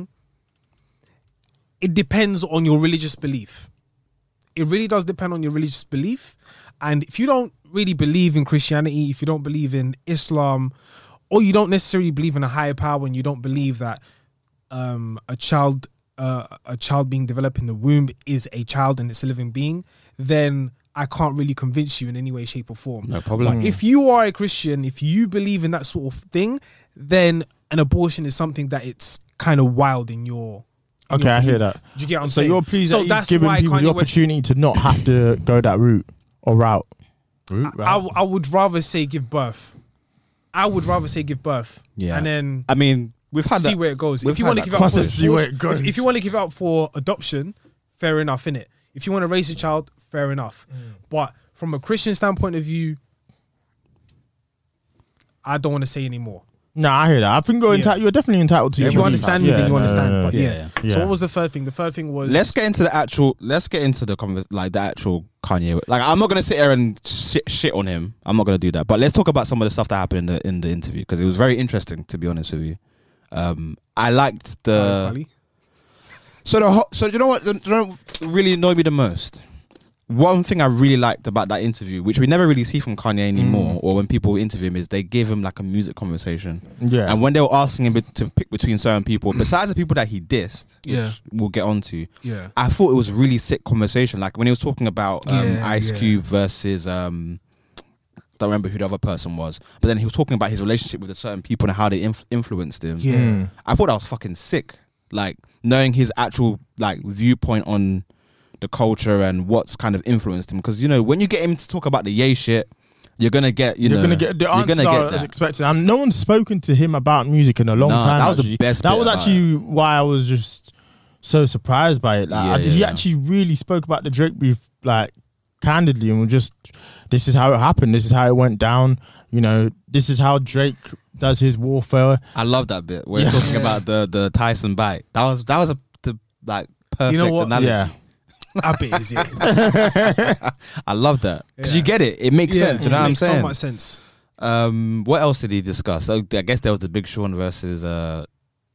Speaker 3: it depends on your religious belief. It really does depend on your religious belief. And if you don't really believe in Christianity, if you don't believe in Islam, or you don't necessarily believe in a higher power and you don't believe that um, a child uh, a child being developed in the womb is a child and it's a living being, then I can't really convince you in any way, shape, or form.
Speaker 2: No problem.
Speaker 3: But if you are a Christian, if you believe in that sort of thing, then an abortion is something that it's kind of wild in your. in
Speaker 1: okay,
Speaker 3: your
Speaker 1: I hear
Speaker 3: belief.
Speaker 1: that.
Speaker 3: Do you get what I'm
Speaker 1: so
Speaker 3: saying?
Speaker 1: you're pleased
Speaker 3: so
Speaker 1: that he's
Speaker 3: that's
Speaker 1: giving
Speaker 3: why
Speaker 1: people the
Speaker 3: Kanye West-
Speaker 1: opportunity to not have to go that route or route. Route.
Speaker 3: I, I would rather say give birth. I would rather say give birth.
Speaker 2: Yeah.
Speaker 3: And then
Speaker 2: I mean, we've had
Speaker 3: see
Speaker 2: that-
Speaker 3: where it goes.
Speaker 2: we've
Speaker 3: If you
Speaker 2: had
Speaker 3: want to
Speaker 2: that
Speaker 3: give out for
Speaker 2: conversation. See where it
Speaker 3: if- If,
Speaker 2: goes.
Speaker 3: you want to give out for adoption, fair enough, innit? If you want to raise a child, fair enough.
Speaker 2: Mm.
Speaker 3: But from a Christian standpoint of view, I don't want to say anymore.
Speaker 1: No, I hear that. I think you're
Speaker 3: Yeah.
Speaker 1: entitled. You're definitely entitled to.
Speaker 3: If you
Speaker 1: your belief.
Speaker 3: understand me,
Speaker 1: Yeah,
Speaker 3: then you
Speaker 1: no, no,
Speaker 3: understand.
Speaker 1: no, no.
Speaker 3: But yeah. So what was the third thing? The third thing was
Speaker 2: Let's get into the actual. Let's get into the convers- like the actual Kanye. Like I'm not gonna sit here and shit, shit on him. I'm not gonna do that. But let's talk about some of the stuff that happened in the in the interview because it was very interesting. To be honest with you, um, I liked
Speaker 3: Uh,
Speaker 2: the. So the ho- so you know what you know what really annoyed me the most. One thing I really liked about that interview, which we never really see from Kanye anymore, or when people interview him, is they give him like a music conversation.
Speaker 1: Yeah.
Speaker 2: And when they were asking him be- to pick between certain people, besides the people that he dissed,
Speaker 3: [LAUGHS]
Speaker 2: which
Speaker 3: Yeah.
Speaker 2: we'll get onto,
Speaker 3: Yeah.
Speaker 2: I thought it was really sick conversation. Like when he was talking about um,
Speaker 3: Yeah,
Speaker 2: Ice
Speaker 3: yeah.
Speaker 2: Cube versus um, don't remember who the other person was, but then he was talking about his relationship with a certain people and how they inf- influenced him.
Speaker 3: Yeah.
Speaker 1: Hmm.
Speaker 3: Mm.
Speaker 2: I thought that was fucking sick. Like knowing his actual like viewpoint on the culture and what's kind of influenced him. Because you know when you get him to talk about the yay shit, you're gonna get you
Speaker 1: You are
Speaker 2: know
Speaker 1: gonna get the
Speaker 2: you're
Speaker 1: answers
Speaker 2: gonna
Speaker 1: are
Speaker 2: get
Speaker 1: as
Speaker 2: that.
Speaker 1: expected. Um, no one's spoken to him about music in a long
Speaker 2: No,
Speaker 1: time.
Speaker 2: that was the
Speaker 1: actually.
Speaker 2: best
Speaker 1: That
Speaker 2: bit
Speaker 1: was
Speaker 2: about
Speaker 1: actually why I was just so surprised by it. Like,
Speaker 2: Yeah,
Speaker 1: I-
Speaker 2: yeah,
Speaker 1: he
Speaker 2: yeah.
Speaker 1: actually really spoke about the Drake beef like candidly, and was just this is how it happened. This is how it went down. You know, this is how Drake does his warfare.
Speaker 2: I love that bit where you're
Speaker 1: Yeah.
Speaker 2: talking about the the Tyson bite. That was that was a the, like perfect
Speaker 3: You know what?
Speaker 2: analogy.
Speaker 1: Yeah.
Speaker 3: I
Speaker 1: [LAUGHS]
Speaker 3: bet is it.
Speaker 2: I love that because you get it. It makes
Speaker 3: Yeah,
Speaker 2: sense. Do you know
Speaker 3: it
Speaker 2: what I'm
Speaker 3: makes so
Speaker 2: saying?
Speaker 3: much sense.
Speaker 2: Um, what else did he discuss? So, I guess there was the Big Sean versus uh,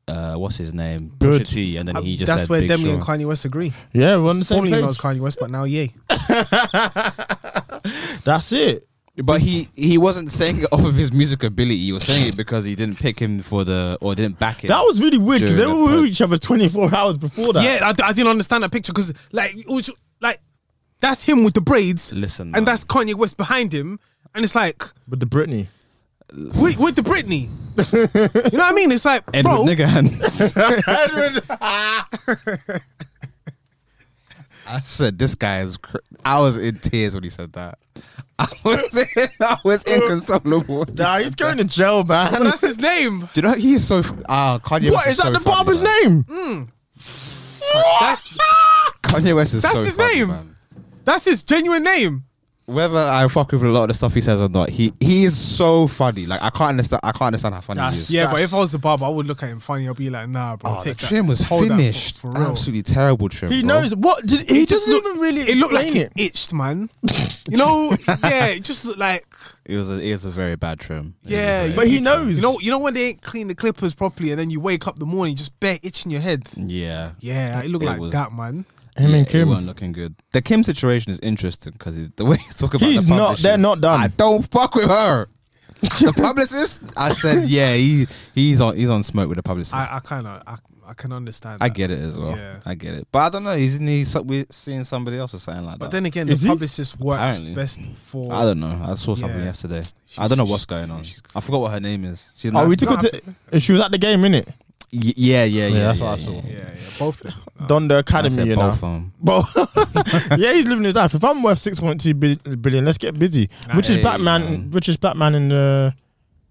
Speaker 2: uh, what's his name?
Speaker 1: Good.
Speaker 2: Pusha T, and then
Speaker 3: I-
Speaker 2: he just
Speaker 3: that's
Speaker 2: said
Speaker 3: where
Speaker 2: Big
Speaker 3: Demi
Speaker 2: Sean.
Speaker 3: and Kanye West agree.
Speaker 1: Yeah, we're on the same
Speaker 3: Formerly known
Speaker 1: page.
Speaker 3: as Kanye West, but now yay.
Speaker 1: That's it.
Speaker 2: But he he wasn't saying it [LAUGHS] off of his music ability. He was saying it because he didn't pick him for the or didn't back him.
Speaker 1: That was really weird because they
Speaker 2: During
Speaker 1: were
Speaker 2: the
Speaker 1: with
Speaker 2: pod-
Speaker 1: each other 24 hours before that.
Speaker 3: Yeah, I, I didn't understand that picture because like it was like that's him with the braids,
Speaker 2: listen,
Speaker 3: and
Speaker 2: man.
Speaker 3: that's Kanye West behind him, and it's like
Speaker 1: With the Britney.
Speaker 3: with, with the Britney. you know what I mean? It's like
Speaker 2: Edward
Speaker 3: bro, [LAUGHS]
Speaker 2: nigger hands.
Speaker 1: Edward.
Speaker 2: I said this guy is. Cr- I was in tears when he said that. I was in, I
Speaker 3: [LAUGHS]
Speaker 2: was inconsolable.
Speaker 1: Nah, he's going to jail, man.
Speaker 3: that's his name.
Speaker 2: Do you know he is so f- ah Kanye.
Speaker 1: What
Speaker 2: West
Speaker 1: is that?
Speaker 2: so
Speaker 1: the
Speaker 2: funny,
Speaker 1: barber's
Speaker 2: man.
Speaker 1: name?
Speaker 3: That's
Speaker 2: Kanye West is
Speaker 3: That's
Speaker 2: so
Speaker 3: his
Speaker 2: funny,
Speaker 3: name.
Speaker 2: man.
Speaker 3: that's his genuine name.
Speaker 2: whether I fuck with a lot of the stuff he says or not, he he is so funny. Like I can't understand. I can't understand how funny he
Speaker 1: That's-
Speaker 2: is.
Speaker 3: Yeah, but
Speaker 1: That's-
Speaker 3: if I was a barber, I would look at him funny. I'd be like, nah, bro.
Speaker 2: Oh, the
Speaker 3: take that.
Speaker 2: trim was
Speaker 3: Hold that for-
Speaker 2: finished.
Speaker 3: for, real.
Speaker 2: Absolutely terrible trim.
Speaker 1: He
Speaker 2: bro.
Speaker 1: knows what did, he
Speaker 3: It just
Speaker 1: doesn't
Speaker 3: looked-
Speaker 1: even really.
Speaker 3: It looked like
Speaker 1: explain
Speaker 3: it itched, man. you know, yeah, it just looked like
Speaker 2: It was a, it was a very bad trim. It was a
Speaker 3: Yeah,
Speaker 2: very-
Speaker 1: But he knows.
Speaker 3: You know, you know when they ain't clean the clippers properly, and then you wake up the morning just bare itching your head.
Speaker 2: yeah,
Speaker 3: Yeah, it looked
Speaker 2: Mm. It
Speaker 3: like
Speaker 2: was-
Speaker 3: that, man.
Speaker 1: him and
Speaker 2: It wasn't
Speaker 1: Kim.
Speaker 2: looking good. The Kim situation is interesting because the way he's talking about
Speaker 1: He's
Speaker 2: the
Speaker 1: not-
Speaker 2: publicist,
Speaker 1: they're not done.
Speaker 2: I don't fuck with her. the publicist. I said, yeah, he he's on he's on smoke with the publicist.
Speaker 3: I, I kind of, I, I can understand.
Speaker 2: I
Speaker 3: that.
Speaker 2: get it as well.
Speaker 3: Yeah.
Speaker 2: I get it. But I don't know. Isn't he so- we're seeing somebody else or something like
Speaker 3: But
Speaker 2: that?
Speaker 3: then again,
Speaker 1: Is
Speaker 3: the
Speaker 1: he?
Speaker 3: publicist works
Speaker 2: Apparently.
Speaker 3: best for.
Speaker 2: I don't know. I saw something
Speaker 3: Yeah.
Speaker 2: yesterday. I
Speaker 3: She's-
Speaker 2: don't know what's
Speaker 3: she's-
Speaker 2: going on.
Speaker 3: she's-
Speaker 2: I forgot what her name is. She's
Speaker 1: Oh,
Speaker 2: nice.
Speaker 1: we took her to. she was at the game, innit?
Speaker 2: Y- yeah, yeah, yeah,
Speaker 1: Yeah, that's
Speaker 2: yeah,
Speaker 1: what I saw.
Speaker 2: yeah.
Speaker 3: Yeah, yeah, both of them.
Speaker 1: Don the
Speaker 2: I
Speaker 1: academy,
Speaker 2: said
Speaker 1: you know.
Speaker 2: both of 'em.
Speaker 3: [LAUGHS]
Speaker 1: But [LAUGHS] yeah, he's living his life. If I'm worth six point two billion, let's get busy. Which is
Speaker 2: Hey,
Speaker 1: Batman?
Speaker 2: man.
Speaker 1: Which is Batman in the?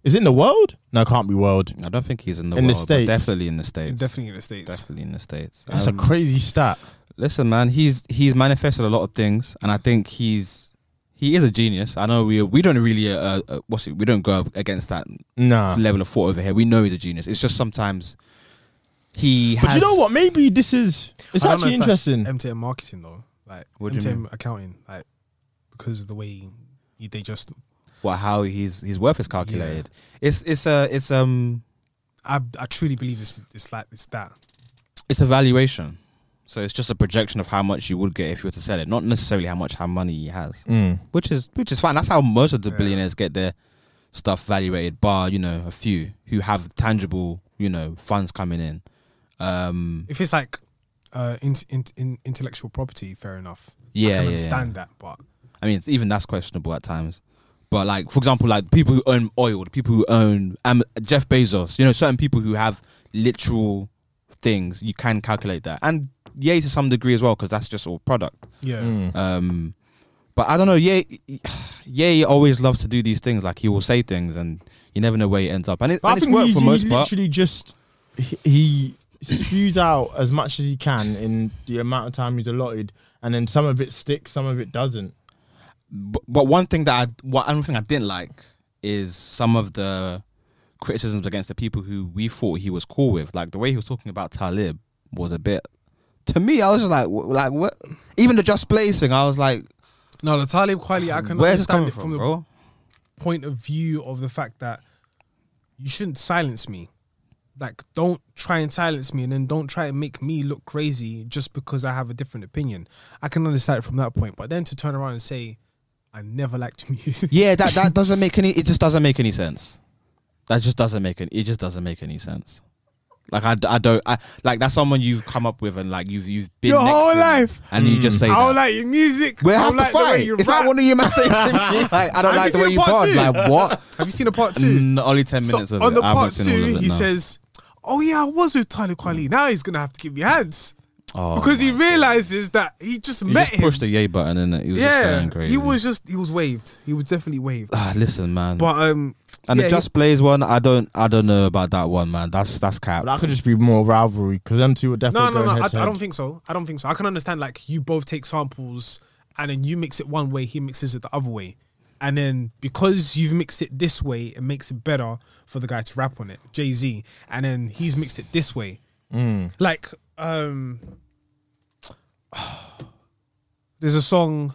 Speaker 1: Is it in the world? No, it can't be world.
Speaker 2: I don't think he's in the
Speaker 1: in
Speaker 2: world,
Speaker 1: the
Speaker 2: but
Speaker 1: states.
Speaker 2: Definitely in the states.
Speaker 3: Definitely in the States.
Speaker 2: Definitely in the states.
Speaker 1: That's
Speaker 2: Um,
Speaker 1: a crazy stat.
Speaker 2: Listen, man, he's he's manifested a lot of things, and I think he's he is a genius. I know we we don't really uh, uh what's it we don't go up against that
Speaker 1: Nah.
Speaker 2: level of thought over here. We know he's a genius. It's just sometimes he.
Speaker 1: But
Speaker 2: has,
Speaker 1: you know what? Maybe this is. It's
Speaker 3: I don't know
Speaker 1: actually
Speaker 3: if that's
Speaker 1: interesting.
Speaker 3: MTM marketing though, like
Speaker 2: What do you
Speaker 3: MTM
Speaker 2: mean?
Speaker 3: accounting, like because of the way he- they just.
Speaker 2: What how he's his worth is calculated. It's it's a it's um
Speaker 3: I I truly believe it's it's like it's that.
Speaker 2: it's a valuation. So it's just a projection of how much you would get if you were to sell it, not necessarily how much how money he has,
Speaker 1: Mm.
Speaker 2: which is which is fine. That's how most of the billionaires get their stuff valuated, bar you know a few who have tangible you know funds coming in. Um,
Speaker 3: If it's like uh in, in, in intellectual property, fair enough.
Speaker 2: Yeah,
Speaker 3: I can
Speaker 2: yeah,
Speaker 3: understand that, but
Speaker 2: I mean, it's, even that's questionable at times. But like, for example, like people who own oil, the people who own um, Jeff Bezos, you know, certain people who have literal things, you can calculate that, and yay to some degree as well, because that's just all product.
Speaker 3: yeah,
Speaker 1: Hmm.
Speaker 2: Um, but I don't know. Yay, [SIGHS] yay always loves to do these things. Like he will say things, and you never know where he ends up. And, it,
Speaker 1: But
Speaker 2: and
Speaker 1: I
Speaker 2: it's
Speaker 1: think
Speaker 2: worked
Speaker 1: he,
Speaker 2: for
Speaker 1: he
Speaker 2: most part.
Speaker 1: literally just he, he spews out as much as he can in the amount of time he's allotted, and then some of it sticks, some of it doesn't.
Speaker 2: but, but one thing that I what one thing I didn't like is some of the criticisms against the people who we thought he was cool with. Like the way he was talking about Talib was a bit. To me, I was just like, wh- like what? Even the just blaze thing, I was like,
Speaker 3: no, the Talib Kweli, I can
Speaker 2: where's
Speaker 3: understand
Speaker 2: this coming
Speaker 3: it
Speaker 2: from,
Speaker 3: from the
Speaker 2: bro?
Speaker 3: point of view of the fact that you shouldn't silence me. Like, don't try and silence me, and then don't try and make me look crazy just because I have a different opinion. I can understand it from that point, but then to turn around and say, "I never liked [LAUGHS] your music,"
Speaker 2: Yeah,
Speaker 3: [LAUGHS]
Speaker 2: that that doesn't make any. It just doesn't make any sense. That just doesn't make any. It just doesn't make any sense. Like I, I don't I like that's someone you've come up with and like you've you've been
Speaker 3: Your
Speaker 2: next to
Speaker 3: whole
Speaker 2: them
Speaker 3: life.
Speaker 2: and you just say
Speaker 3: I
Speaker 2: that.
Speaker 3: don't like your music.
Speaker 2: We
Speaker 3: I
Speaker 2: have
Speaker 3: don't
Speaker 2: to
Speaker 3: like the way
Speaker 2: fight.
Speaker 3: you
Speaker 2: It's not
Speaker 3: rap.
Speaker 2: one of your man saying to
Speaker 3: [LAUGHS]
Speaker 2: me, like, I
Speaker 3: Have
Speaker 2: don't like
Speaker 3: you
Speaker 2: the
Speaker 3: seen
Speaker 2: way
Speaker 3: the
Speaker 2: you
Speaker 3: part
Speaker 2: pod.
Speaker 3: two?
Speaker 2: Like what?
Speaker 3: [LAUGHS] Have you seen the part two?
Speaker 2: Mm, only ten
Speaker 3: So,
Speaker 2: minutes of
Speaker 3: on
Speaker 2: it.
Speaker 3: the
Speaker 2: I haven't
Speaker 3: part
Speaker 2: seen all
Speaker 3: two,
Speaker 2: of it,
Speaker 3: he
Speaker 2: no.
Speaker 3: says, "Oh yeah, I was with Tyler Quali. Now he's gonna have to give me hands
Speaker 2: Oh,
Speaker 3: because he
Speaker 2: my-
Speaker 3: realizes that he just
Speaker 2: he
Speaker 3: met
Speaker 2: just pushed
Speaker 3: him.
Speaker 2: the yay button and he was just
Speaker 3: yeah,
Speaker 2: going crazy.
Speaker 3: he was just he was waved. He was definitely
Speaker 2: [SIGHS]
Speaker 3: waved.
Speaker 2: Ah, listen, man.
Speaker 3: But um,
Speaker 2: and
Speaker 3: yeah,
Speaker 2: the
Speaker 3: he-
Speaker 2: Just Blaze one, I don't, I don't know about that one, man. That's that's cap.
Speaker 1: But that could just be more rivalry because them two were
Speaker 3: no,
Speaker 1: definitely
Speaker 3: no,
Speaker 1: going
Speaker 3: no. I,
Speaker 1: head
Speaker 3: I
Speaker 1: to head.
Speaker 3: don't think so. I don't think so. I can understand like you both take samples and then you mix it one way, he mixes it the other way. And then because you've mixed it this way, it makes it better for the guy to rap on it, Jay Z. And then he's mixed it this way.
Speaker 2: Hmm.
Speaker 3: Like, um, [SIGHS] there's a song.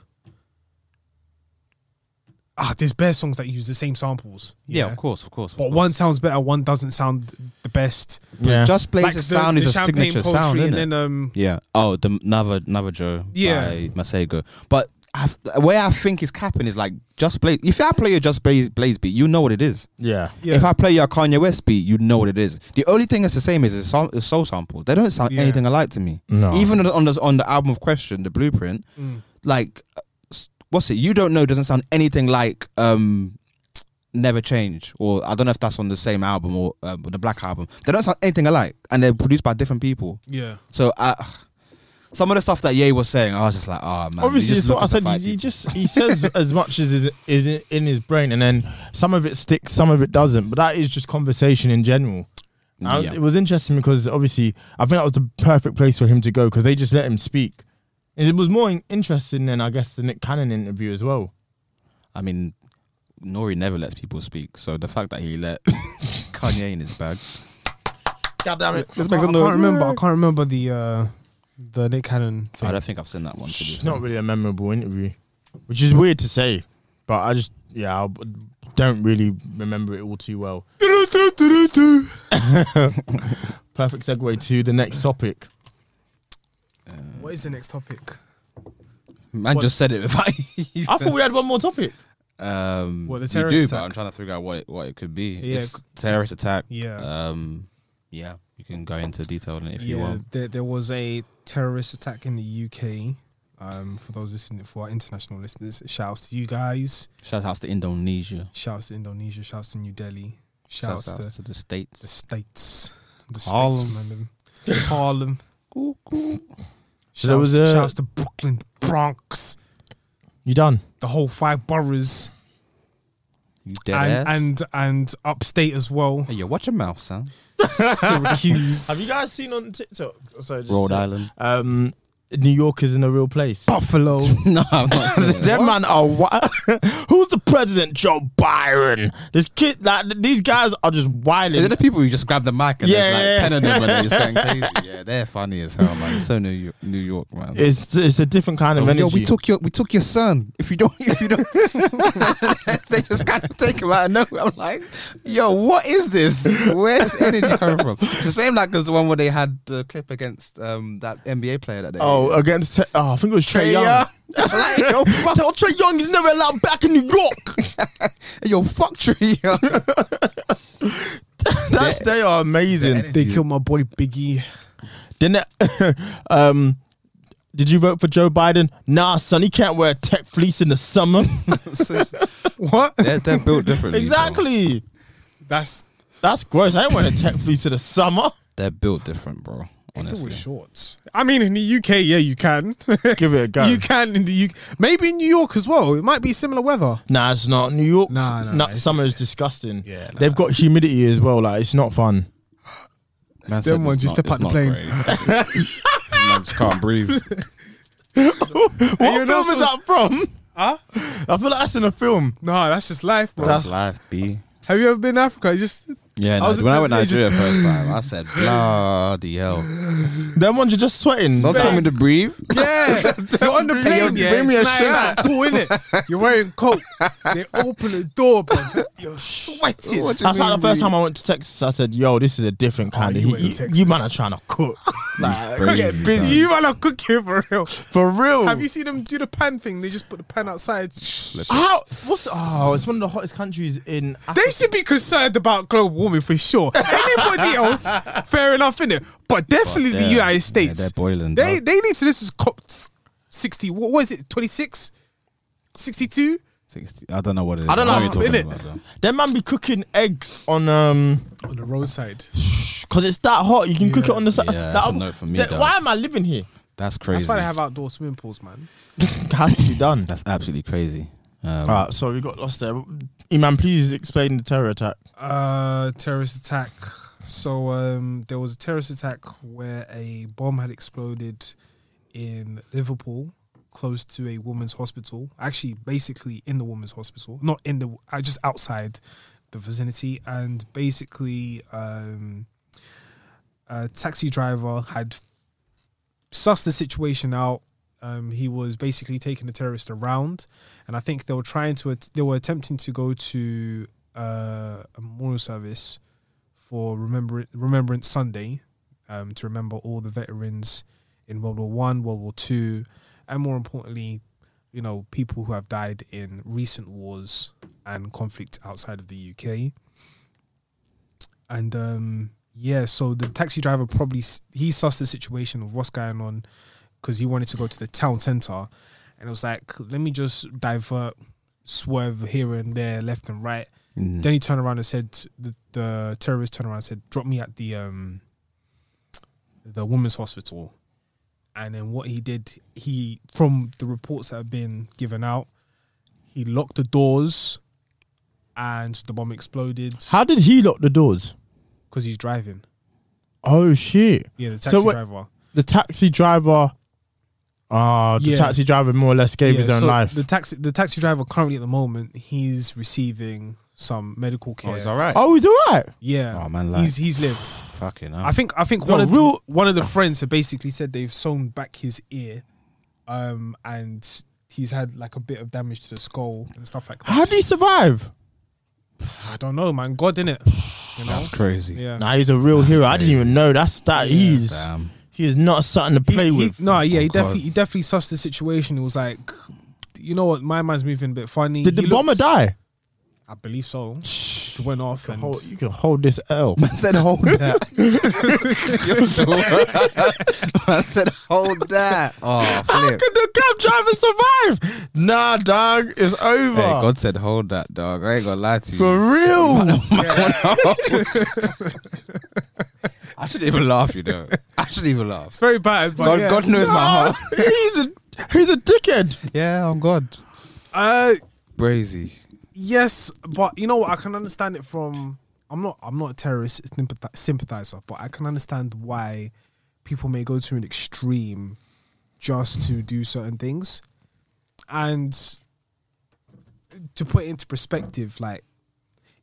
Speaker 3: Ah, there's bare songs that use the same samples. you
Speaker 2: yeah,
Speaker 3: know?
Speaker 2: of course, of course.
Speaker 3: But one sounds better, one doesn't sound the best.
Speaker 1: Yeah.
Speaker 2: Just
Speaker 3: Like
Speaker 2: Blaze's
Speaker 3: the-
Speaker 2: sound
Speaker 3: the
Speaker 2: is a
Speaker 3: champagne
Speaker 2: signature
Speaker 3: poetry
Speaker 2: sound,
Speaker 3: and
Speaker 2: isn't it?
Speaker 3: then, um,
Speaker 2: Yeah. uh, Oh, the Nava Navajo
Speaker 3: Yeah.
Speaker 2: by Masego. But I, where I think is capping is like Just Blaze. If I play a Just Blaze, Blaze beat, you know what it is.
Speaker 1: Yeah.
Speaker 3: Yeah.
Speaker 2: If I play your Kanye West beat, you know what it is. The only thing that's the same is the soul, the soul sample. They don't sound
Speaker 3: Yeah.
Speaker 2: anything alike to me.
Speaker 1: No.
Speaker 2: Even on the, on the on the album of Question, the Blueprint,
Speaker 3: Mm.
Speaker 2: like uh, s- what's it? You don't know doesn't sound anything like um Never Change or I don't know if that's on the same album or uh, the Black album. They don't sound anything alike, and they're produced by different people.
Speaker 3: Yeah.
Speaker 2: So I. Some of the stuff that Ye was saying, I was just like, oh man.
Speaker 1: Obviously,
Speaker 2: you're
Speaker 1: it's
Speaker 2: just
Speaker 1: what I
Speaker 2: looking
Speaker 1: said.
Speaker 2: to fight
Speaker 1: He
Speaker 2: people.
Speaker 1: just he says [LAUGHS] as much as is, is in- in his brain, and then some of it sticks, some of it doesn't. But that is just conversation in general. I-
Speaker 2: Yeah.
Speaker 1: It was interesting because obviously I think that was the perfect place for him to go because they just let him speak. It was more in- interesting than I guess the Nick Cannon interview as well.
Speaker 2: I mean, Nori never lets people speak. So the fact that he let [LAUGHS] Kanye in his bag.
Speaker 1: God damn it!
Speaker 3: I can't, I can't remember. I can't remember the uh, the Nick Cannon
Speaker 2: I
Speaker 3: thing.
Speaker 2: don't think I've seen that one. to be
Speaker 1: It's
Speaker 2: fair.
Speaker 1: not really a memorable interview, which is weird to say, but I just yeah I b- don't really remember it all too [LAUGHS] well. Perfect segue to the next topic.
Speaker 3: What is the next topic?
Speaker 2: Man
Speaker 3: What-
Speaker 2: just said it. [LAUGHS] without
Speaker 1: I thought we had one more topic.
Speaker 2: um,
Speaker 3: What, the
Speaker 2: we
Speaker 3: terrorist
Speaker 2: do,
Speaker 3: attack?
Speaker 2: But I'm trying to figure out what it, what it could be.
Speaker 3: Yeah.
Speaker 2: It's terrorist attack.
Speaker 3: Yeah.
Speaker 2: Um, yeah. You can go into detail on it if you
Speaker 3: yeah,
Speaker 2: want.
Speaker 3: there, there was a terrorist attack in the UK. Um, for those listening, for our international listeners, shouts to you guys.
Speaker 2: Shout outs to Indonesia.
Speaker 3: Shouts to Indonesia. Shouts to New Delhi. Shouts,
Speaker 2: Shout outs
Speaker 3: to,
Speaker 2: to the
Speaker 3: the
Speaker 2: states.
Speaker 3: states. The
Speaker 2: Harlem.
Speaker 3: states, man. them. Harlem.
Speaker 1: So there
Speaker 3: Shouts,
Speaker 1: was a-
Speaker 3: shouts to Brooklyn, the Bronx,
Speaker 1: You done?
Speaker 3: the whole five boroughs.
Speaker 2: You
Speaker 3: and,
Speaker 2: dead ass.
Speaker 3: and and upstate as well.
Speaker 2: Hey, yo, watch your mouth, son.
Speaker 3: [LAUGHS]
Speaker 2: [LAUGHS]
Speaker 3: Syracuse.
Speaker 1: Have you guys seen on TikTok? Sorry, just
Speaker 2: Rhode
Speaker 1: to-
Speaker 2: Island.
Speaker 1: Um, New York is in a real place.
Speaker 3: Buffalo. [LAUGHS]
Speaker 2: no, I'm not saying that.
Speaker 1: That man are wi- [LAUGHS] Who's the president? Joe Byron. This kid, like, these guys are just
Speaker 2: They're
Speaker 1: wilding.
Speaker 2: the people who just grab the mic and
Speaker 1: Yeah,
Speaker 2: there's like
Speaker 1: yeah.
Speaker 2: ten of them and they're just going
Speaker 3: [LAUGHS]
Speaker 2: crazy. Yeah, they're funny as hell, man. So New York, New York, man.
Speaker 1: It's it's a different kind of
Speaker 2: Yo,
Speaker 1: energy.
Speaker 2: we took your we took your son. If you don't, if you don't, [LAUGHS] they just kind of take him out. No, I'm like, yo, what is this? Where's this energy coming from? It's the same like as the one where they had the clip against um that NBA player that they.
Speaker 1: Oh, against Te- oh, I think it was Trey
Speaker 2: Trey
Speaker 1: Young.
Speaker 2: Young.
Speaker 1: [LAUGHS]
Speaker 2: Like, yo, fuck,
Speaker 1: Tell Trey Young he's never allowed back in New York.
Speaker 2: yo, fuck Trey Young.
Speaker 1: [LAUGHS] That's, they are amazing.
Speaker 3: They killed my boy Biggie.
Speaker 1: [LAUGHS] Didn't it- [LAUGHS] um, did you vote for Joe Biden? Nah, son, he can't wear tech fleece in the summer.
Speaker 3: What?
Speaker 2: they're, they're built differently. bro.
Speaker 1: exactly.
Speaker 3: That's
Speaker 1: That's gross. I ain't wearing a tech fleece in the summer.
Speaker 2: They're built
Speaker 3: [LAUGHS]
Speaker 2: different, bro.
Speaker 3: Honestly.
Speaker 2: Honestly.
Speaker 3: shorts. I mean, in the UK, yeah, you can. [LAUGHS]
Speaker 1: Give it a go.
Speaker 3: You can in the UK. Maybe in New York as well. It might be similar weather.
Speaker 1: Nah, it's not. New York's
Speaker 3: Nah, nah,
Speaker 1: nut
Speaker 3: it's-
Speaker 1: summer is disgusting. Yeah, they've got humidity as well. Like it's not fun.
Speaker 3: Them
Speaker 2: Man said
Speaker 3: ones,
Speaker 2: it's
Speaker 3: you step
Speaker 2: not- it's
Speaker 3: out the
Speaker 2: not
Speaker 3: [LAUGHS] plane.
Speaker 2: great. Man just can't breathe.
Speaker 1: What film is
Speaker 3: supposed-
Speaker 1: that from? Huh? I feel like that's in a film.
Speaker 3: No, that's just life, bro.
Speaker 2: That's life, B.
Speaker 3: Have you ever been to Africa? You just
Speaker 2: Yeah,
Speaker 3: I
Speaker 2: no,
Speaker 3: was in
Speaker 2: when I went
Speaker 3: Tanzania,
Speaker 2: to
Speaker 3: just-
Speaker 2: Nigeria first time, I said, bloody hell.
Speaker 1: Them ones you're just sweating.
Speaker 2: Don't tell me to breathe.
Speaker 3: yeah,
Speaker 2: [LAUGHS]
Speaker 3: you're on the plane. Yeah,
Speaker 1: bring me
Speaker 3: it's
Speaker 1: a
Speaker 3: nice,
Speaker 1: shirt.
Speaker 3: Cool, innit? You're wearing coat. They open the door, bro. You're sweating.
Speaker 1: That's like the first time I went to Texas. I said, "Yo, this is a different kind of
Speaker 3: you went to
Speaker 1: heat. You,
Speaker 3: Texas.
Speaker 1: man are trying to cook like,
Speaker 2: Crazy,
Speaker 1: get
Speaker 2: man.
Speaker 1: busy
Speaker 3: You man are cooking for real.
Speaker 1: for real."
Speaker 3: Have you seen them do the pan thing? They just put the pan outside.
Speaker 1: How? What's? Oh, it's one of the hottest countries in. Africa.
Speaker 3: They should be concerned about global warming for sure.
Speaker 2: [LAUGHS]
Speaker 3: Anybody else, fair enough, innit? But definitely
Speaker 2: they're-
Speaker 3: the United
Speaker 2: uh, yeah,
Speaker 3: States.
Speaker 2: they're boiling,
Speaker 3: They
Speaker 2: dog.
Speaker 3: they need to. This is COP sixty. What was it? 26? 62?
Speaker 2: 60, I don't know what it is.
Speaker 1: I don't know,
Speaker 2: what you're
Speaker 3: innit?
Speaker 2: talking about, though.
Speaker 1: Them man be cooking eggs on um
Speaker 3: On the roadside.
Speaker 1: because it's that hot. You can cook it on the side.
Speaker 2: Yeah, that's a no for me, though.
Speaker 1: why am I living here?
Speaker 2: That's crazy.
Speaker 3: That's why they have outdoor swimming pools, man.
Speaker 1: has to be done.
Speaker 2: That's absolutely crazy. Um,
Speaker 1: All right, so we got lost there. Iman, please explain the terror attack.
Speaker 3: Uh, terrorist attack. So um, there was a terrorist attack where a bomb had exploded in Liverpool, close to a woman's hospital. Actually, basically in the woman's hospital, not in the, uh, just outside the vicinity. And basically, um, a taxi driver had sussed the situation out. Um, he was basically taking the terrorist around, and I think they were trying to they were attempting to go to uh, a memorial service for remember Remembrance Sunday um, to remember all the veterans in World War One, World War Two, and more importantly, you know people who have died in recent wars and conflict outside of the UK and um yeah so the taxi driver probably s- he sussed the situation of what's going on because he wanted to go to the town center and it was like let me just divert swerve here and there left and right then he turned around and said the, the terrorist turned around and said drop me at the um the women's hospital and then what he did he from the reports that have been given out he locked the doors and the bomb exploded
Speaker 1: How did he lock the doors?
Speaker 3: because he's driving
Speaker 1: Oh shit!
Speaker 3: Yeah, the
Speaker 1: So
Speaker 3: taxi
Speaker 1: what-
Speaker 3: driver.
Speaker 1: The taxi driver. Ah, the
Speaker 3: Yeah.
Speaker 1: taxi driver more or less gave
Speaker 3: yeah,
Speaker 1: his own
Speaker 3: so
Speaker 1: life.
Speaker 3: The taxi, the taxi driver currently at the moment, he's receiving some medical care.
Speaker 2: oh, it's all right.
Speaker 1: oh, he's all right.
Speaker 3: Yeah,
Speaker 2: Oh, man, like-
Speaker 3: he's he's lived.
Speaker 2: fucking hell.
Speaker 3: I think I think
Speaker 1: No,
Speaker 3: one of
Speaker 1: real-
Speaker 3: the, one of the friends had basically said they've sewn back his ear, um, and he's had like a bit of damage to the skull and stuff like that.
Speaker 1: How did he survive?
Speaker 3: I don't know, man. God in it, you know.
Speaker 2: That's crazy.
Speaker 3: yeah.
Speaker 1: Nah, he's a real hero. I didn't even know. That's that. he's
Speaker 2: Damn.
Speaker 1: he is not something to
Speaker 3: He-
Speaker 1: play
Speaker 3: he-
Speaker 1: with.
Speaker 3: no, yeah, he
Speaker 2: Oh, God.
Speaker 3: definitely he definitely sussed the situation. It was like, you know what, my man's moving a bit funny.
Speaker 1: Did the
Speaker 3: He
Speaker 1: bomber
Speaker 3: looked-
Speaker 1: die?
Speaker 3: I believe so. It went off and
Speaker 1: Hold, Oh, you [LAUGHS] can hold this L.
Speaker 2: I said, hold that. You're so- [LAUGHS] I said, hold that. Oh,
Speaker 1: How
Speaker 2: flip.
Speaker 1: could the cab driver survive? Nah, dog, it's over.
Speaker 2: Hey, God said, hold that, dog. I ain't gonna lie to you.
Speaker 1: For
Speaker 3: [LAUGHS]
Speaker 1: real.
Speaker 2: I shouldn't even laugh, you know. I shouldn't even laugh.
Speaker 3: It's very bad. But
Speaker 2: God,
Speaker 3: yeah.
Speaker 2: God knows my heart.
Speaker 1: [LAUGHS] he's a he's a dickhead.
Speaker 2: oh Yeah, I'm God.
Speaker 3: Uh,
Speaker 2: Brazy.
Speaker 3: Yes, but you know what? I can understand it from. I'm not. I'm not a terrorist sympathi- sympathizer, but I can understand why people may go to an extreme just to do certain things, and to put it into perspective, like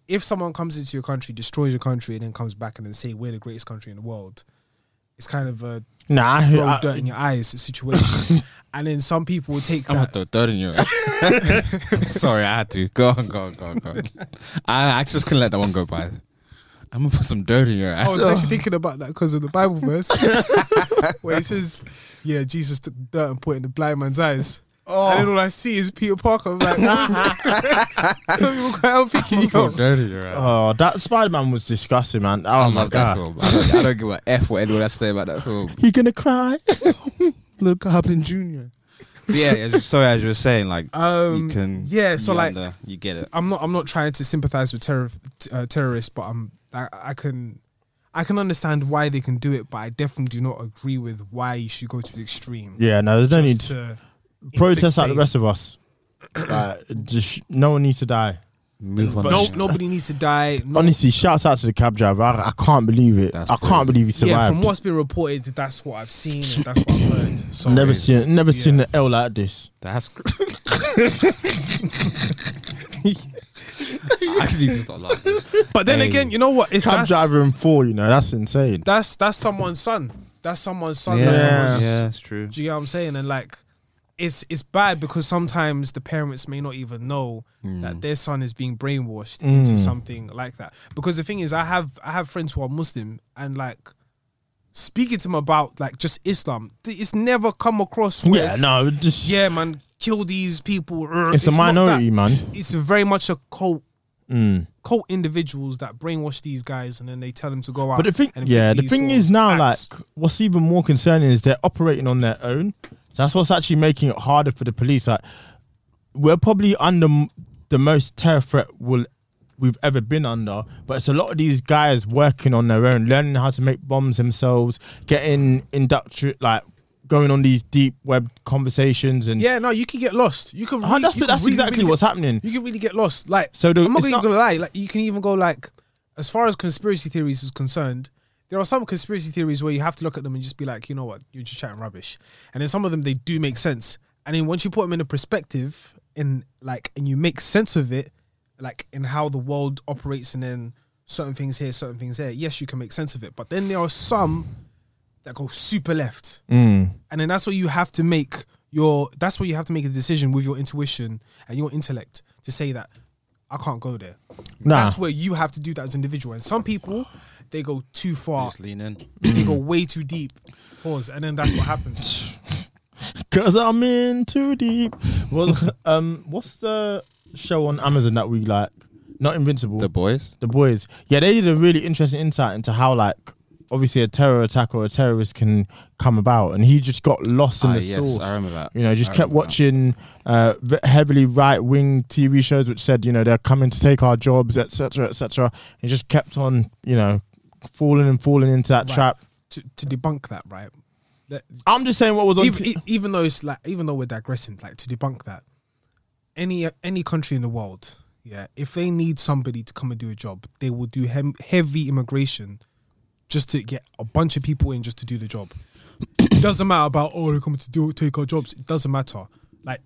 Speaker 3: if someone comes into your country, destroys your country, and then comes back and then say we're the greatest country in the world, it's kind of a
Speaker 1: Nah, I-
Speaker 3: throw
Speaker 1: I-
Speaker 3: dirt in your eyes situation. and then some people will take
Speaker 2: I'm
Speaker 3: that.
Speaker 2: gonna throw dirt in your eye. [LAUGHS] Sorry, I had to. Go on, go on, go on, go on. I, I just couldn't let that one go by. I'm gonna put some dirt in your eye.
Speaker 3: I was actually thinking about that because of the Bible verse where it says, "Yeah, Jesus took dirt and put it in the blind man's eyes." And then all I see is Peter Parker. I'm like, tell me what I'm thinking, yo.
Speaker 1: Oh, that Spider Man was disgusting, man. Oh, my
Speaker 2: that
Speaker 1: god,
Speaker 2: film. I don't, I don't give a f what anyone has to say about that film.
Speaker 1: he gonna cry.
Speaker 2: Little Goblin Junior. Yeah, as you, sorry, as you were saying, like you
Speaker 3: Um,
Speaker 2: can.
Speaker 3: yeah, so
Speaker 2: you
Speaker 3: like-
Speaker 2: under- you get it.
Speaker 3: I'm not. I'm not trying to sympathize with terror, t- uh, terrorists, but I'm. I, I can, I can understand why they can do it, but I definitely do not agree with why you should go to the extreme.
Speaker 1: [LAUGHS] yeah, no, there's no need
Speaker 3: just uh,
Speaker 1: to
Speaker 3: to
Speaker 1: protest like the
Speaker 3: inflict
Speaker 1: rest of us. like, just no one needs to die.
Speaker 2: Move on.
Speaker 3: pain. No, nobody needs to die. No,
Speaker 1: Honestly, shouts out to the cab driver. I, I can't believe it.
Speaker 2: That's
Speaker 1: I can't
Speaker 2: crazy.
Speaker 1: believe he survived.
Speaker 3: yeah, from what's been reported, that's what I've seen and that's what I've heard. So
Speaker 1: never seen, never seen an L like this.
Speaker 2: That's. Cr- [LAUGHS] I actually need to stop laughing.
Speaker 3: But then
Speaker 2: Hey.
Speaker 3: again, you know what? It's
Speaker 1: Cab
Speaker 3: that's,
Speaker 1: driver in four, you know, that's insane.
Speaker 3: that's that's someone's son. That's someone's son.
Speaker 2: Yeah,
Speaker 3: That's
Speaker 1: Yeah.
Speaker 3: someone's,
Speaker 2: yeah, it's true.
Speaker 3: Do you know what I'm saying? And like, it's it's bad because sometimes the parents may not even know
Speaker 1: Hmm.
Speaker 3: that their son is being brainwashed into something like that. Because the thing is, I have I have friends who are Muslim and like. Speaking to them about like just Islam, th- it's never come across. where
Speaker 1: Yeah,
Speaker 3: it's,
Speaker 1: no, it just
Speaker 3: yeah, man, kill these people. rrr,
Speaker 1: it's, a
Speaker 3: not that.
Speaker 1: minority, man.
Speaker 3: it's very much a cult
Speaker 1: Mm.
Speaker 3: cult individuals that brainwash these guys and then they tell them to go out.
Speaker 1: But the thing,
Speaker 3: and
Speaker 1: yeah,
Speaker 3: commit
Speaker 1: the
Speaker 3: these
Speaker 1: thing
Speaker 3: sort
Speaker 1: is
Speaker 3: of
Speaker 1: now,
Speaker 3: acts.
Speaker 1: like, what's even more concerning is they're operating on their own. So that's what's actually making it harder for the police. Like, we're probably under m- the most terror threat we'll, we've ever been under, but it's a lot of these guys working on their own, learning how to make bombs themselves, getting inducted, like, going on these deep web conversations and.
Speaker 3: yeah, no, you can get lost. You can.
Speaker 1: Ah,
Speaker 3: really-
Speaker 1: that's
Speaker 3: you can
Speaker 1: that's
Speaker 3: really,
Speaker 1: exactly
Speaker 3: really
Speaker 1: what's
Speaker 3: get,
Speaker 1: happening.
Speaker 3: You can really get lost. Like,
Speaker 1: So the-
Speaker 3: I'm not
Speaker 1: it's
Speaker 3: even
Speaker 1: not-
Speaker 3: gonna lie. Like, you can even go like, as far as conspiracy theories is concerned. There are some conspiracy theories where you have to look at them and just be like, you know what, you're just chatting rubbish. And then some of them they do make sense. And then once you put them in a perspective and like and you make sense of it, like in how the world operates and then certain things here, certain things there, yes, you can make sense of it. But then there are some that go super left
Speaker 1: Mm.
Speaker 3: and then that's what you have to make your that's what you have to make a decision with your intuition and your intellect to say that I can't go there.
Speaker 1: Nah.
Speaker 3: That's where you have to do that as an individual. And some people they go too far.
Speaker 2: Just lean in.
Speaker 3: They go way too deep. Pause. And then that's what happens.
Speaker 1: Cause I'm in too deep. Well, [LAUGHS] um, what's the show on Amazon that we like? Not Invincible.
Speaker 2: The boys.
Speaker 1: The boys. Yeah, they did a really interesting insight into how like obviously a terror attack or a terrorist can come about, and he just got lost in
Speaker 2: Ah,
Speaker 1: the
Speaker 2: yes,
Speaker 1: source.
Speaker 2: I remember that.
Speaker 1: You know, just
Speaker 2: I
Speaker 1: kept
Speaker 2: remember that.
Speaker 1: watching uh, v- heavily right wing TV shows, which said you know they're coming to take our jobs, etc., etc. And just kept on you know falling and falling into that
Speaker 3: Right.
Speaker 1: trap.
Speaker 3: to, to debunk that, right? That,
Speaker 1: I'm just saying what was on.
Speaker 3: even,
Speaker 1: t-
Speaker 3: e- even though it's like even though we're digressing, like to debunk that, any any country in the world, yeah, if they need somebody to come and do a job, they will do hem- heavy immigration just to get a bunch of people in just to do the job. [COUGHS] it doesn't matter about oh they're coming to do take our jobs. It doesn't matter. Like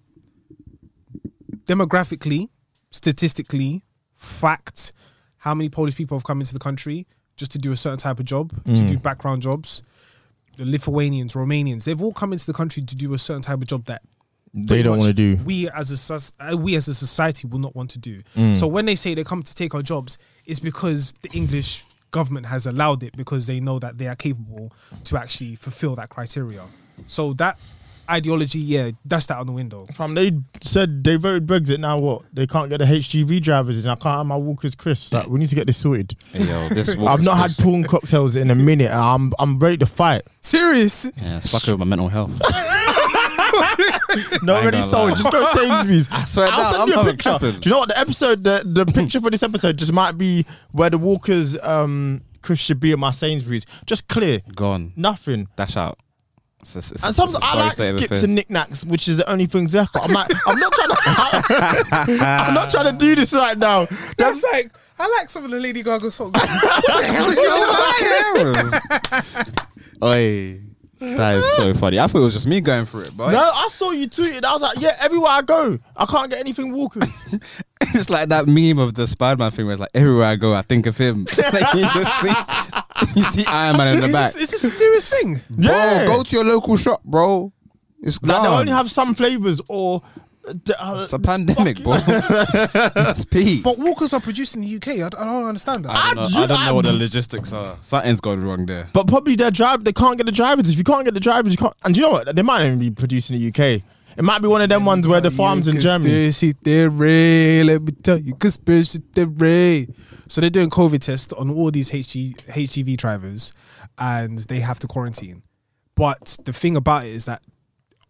Speaker 3: demographically, statistically, fact, how many Polish people have come into the country just to do a certain type of job,
Speaker 1: Mm.
Speaker 3: to do background jobs. The Lithuanians, Romanians, they've all come into the country to do a certain type of job that
Speaker 1: they don't want
Speaker 3: pretty
Speaker 1: to do.
Speaker 3: much We as a soc- uh, we as a society will not want to do.
Speaker 1: Mm.
Speaker 3: So when they say they come to take our jobs, it's because the English government has allowed it because they know that they are capable to actually fulfill that criteria. So that ideology, yeah, that's that out the window.
Speaker 1: Fam, they said they voted Brexit. Now what? They can't get the HGV drivers in. I can't have my Walker's crisps. Like, we need to get this sorted.
Speaker 2: Hey, yo, this
Speaker 1: I've not had prawn cocktails in a minute. and I'm I'm ready to
Speaker 2: [LAUGHS]
Speaker 1: fight.
Speaker 3: Serious.
Speaker 2: Yeah, it's fucking with my mental health.
Speaker 1: No,
Speaker 2: I ain't
Speaker 1: already
Speaker 2: gonna
Speaker 1: sold.
Speaker 2: lie.
Speaker 1: Just go to
Speaker 2: [LAUGHS]
Speaker 1: Sainsbury's. I
Speaker 2: swear
Speaker 1: I'll
Speaker 2: down,
Speaker 1: send
Speaker 2: I'm
Speaker 1: you a
Speaker 2: not
Speaker 1: picture. Do
Speaker 2: capping.
Speaker 1: you know what the episode? The
Speaker 2: [LAUGHS]
Speaker 1: the picture for this episode just might be where the Walker's um crisps should be in my Sainsbury's. Just clear.
Speaker 2: Gone.
Speaker 1: Nothing.
Speaker 2: Dash out. It's a- it's a-
Speaker 1: And sometimes
Speaker 2: it's a
Speaker 1: I
Speaker 2: sorry
Speaker 1: like
Speaker 2: state of
Speaker 1: skips
Speaker 2: affairs.
Speaker 1: and
Speaker 2: [LAUGHS]
Speaker 1: knickknacks, which is the only things left. But I'm like, I'm not trying to. [LAUGHS] I'm not trying to do this right now.
Speaker 3: That's like [LAUGHS] I like some of the Lady Gaga
Speaker 1: [LAUGHS]
Speaker 3: songs.
Speaker 2: What the hell is Oi, that is so funny. I thought it was just me going for it, but
Speaker 1: No, I saw you tweeted. I was like, yeah, everywhere I go, I can't get anything walking.
Speaker 2: [LAUGHS] it's like that meme of the Spider-Man thing where it's like everywhere I go, I think of him. [LAUGHS] like you just see, [LAUGHS] you see Iron Man
Speaker 1: [LAUGHS]
Speaker 2: in the
Speaker 3: Is
Speaker 2: back.
Speaker 3: this, is this a serious thing?
Speaker 1: [LAUGHS] Yeah.
Speaker 2: Bro, go to your local shop, bro. It's
Speaker 1: Like,
Speaker 2: gone.
Speaker 1: they only have some flavors or. uh,
Speaker 2: it's a pandemic, bro. [LAUGHS] That's peak.
Speaker 3: But Walkers are produced in the UK. I, d- I don't understand that.
Speaker 2: I don't, know, I don't know what the logistics are. Something's going wrong there.
Speaker 1: But probably their drive, they can't get the drivers. If you can't get the drivers, you can't. And you know what? They might even be produced in the UK. It might be one of them ones where the
Speaker 3: Tell you
Speaker 1: farms in Germany.
Speaker 3: Conspiracy theory. Let me tell you, conspiracy theory. So they're doing COVID tests on all these HG, HGV drivers, and they have to quarantine. But the thing about it is that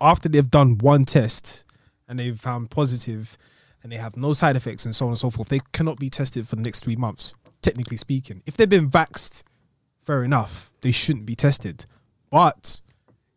Speaker 3: after they've done one test and they've found positive, and they have no side effects and so on and so forth, they cannot be tested for the next three months. Technically speaking, if they've been vaxxed, fair enough, they shouldn't be tested. But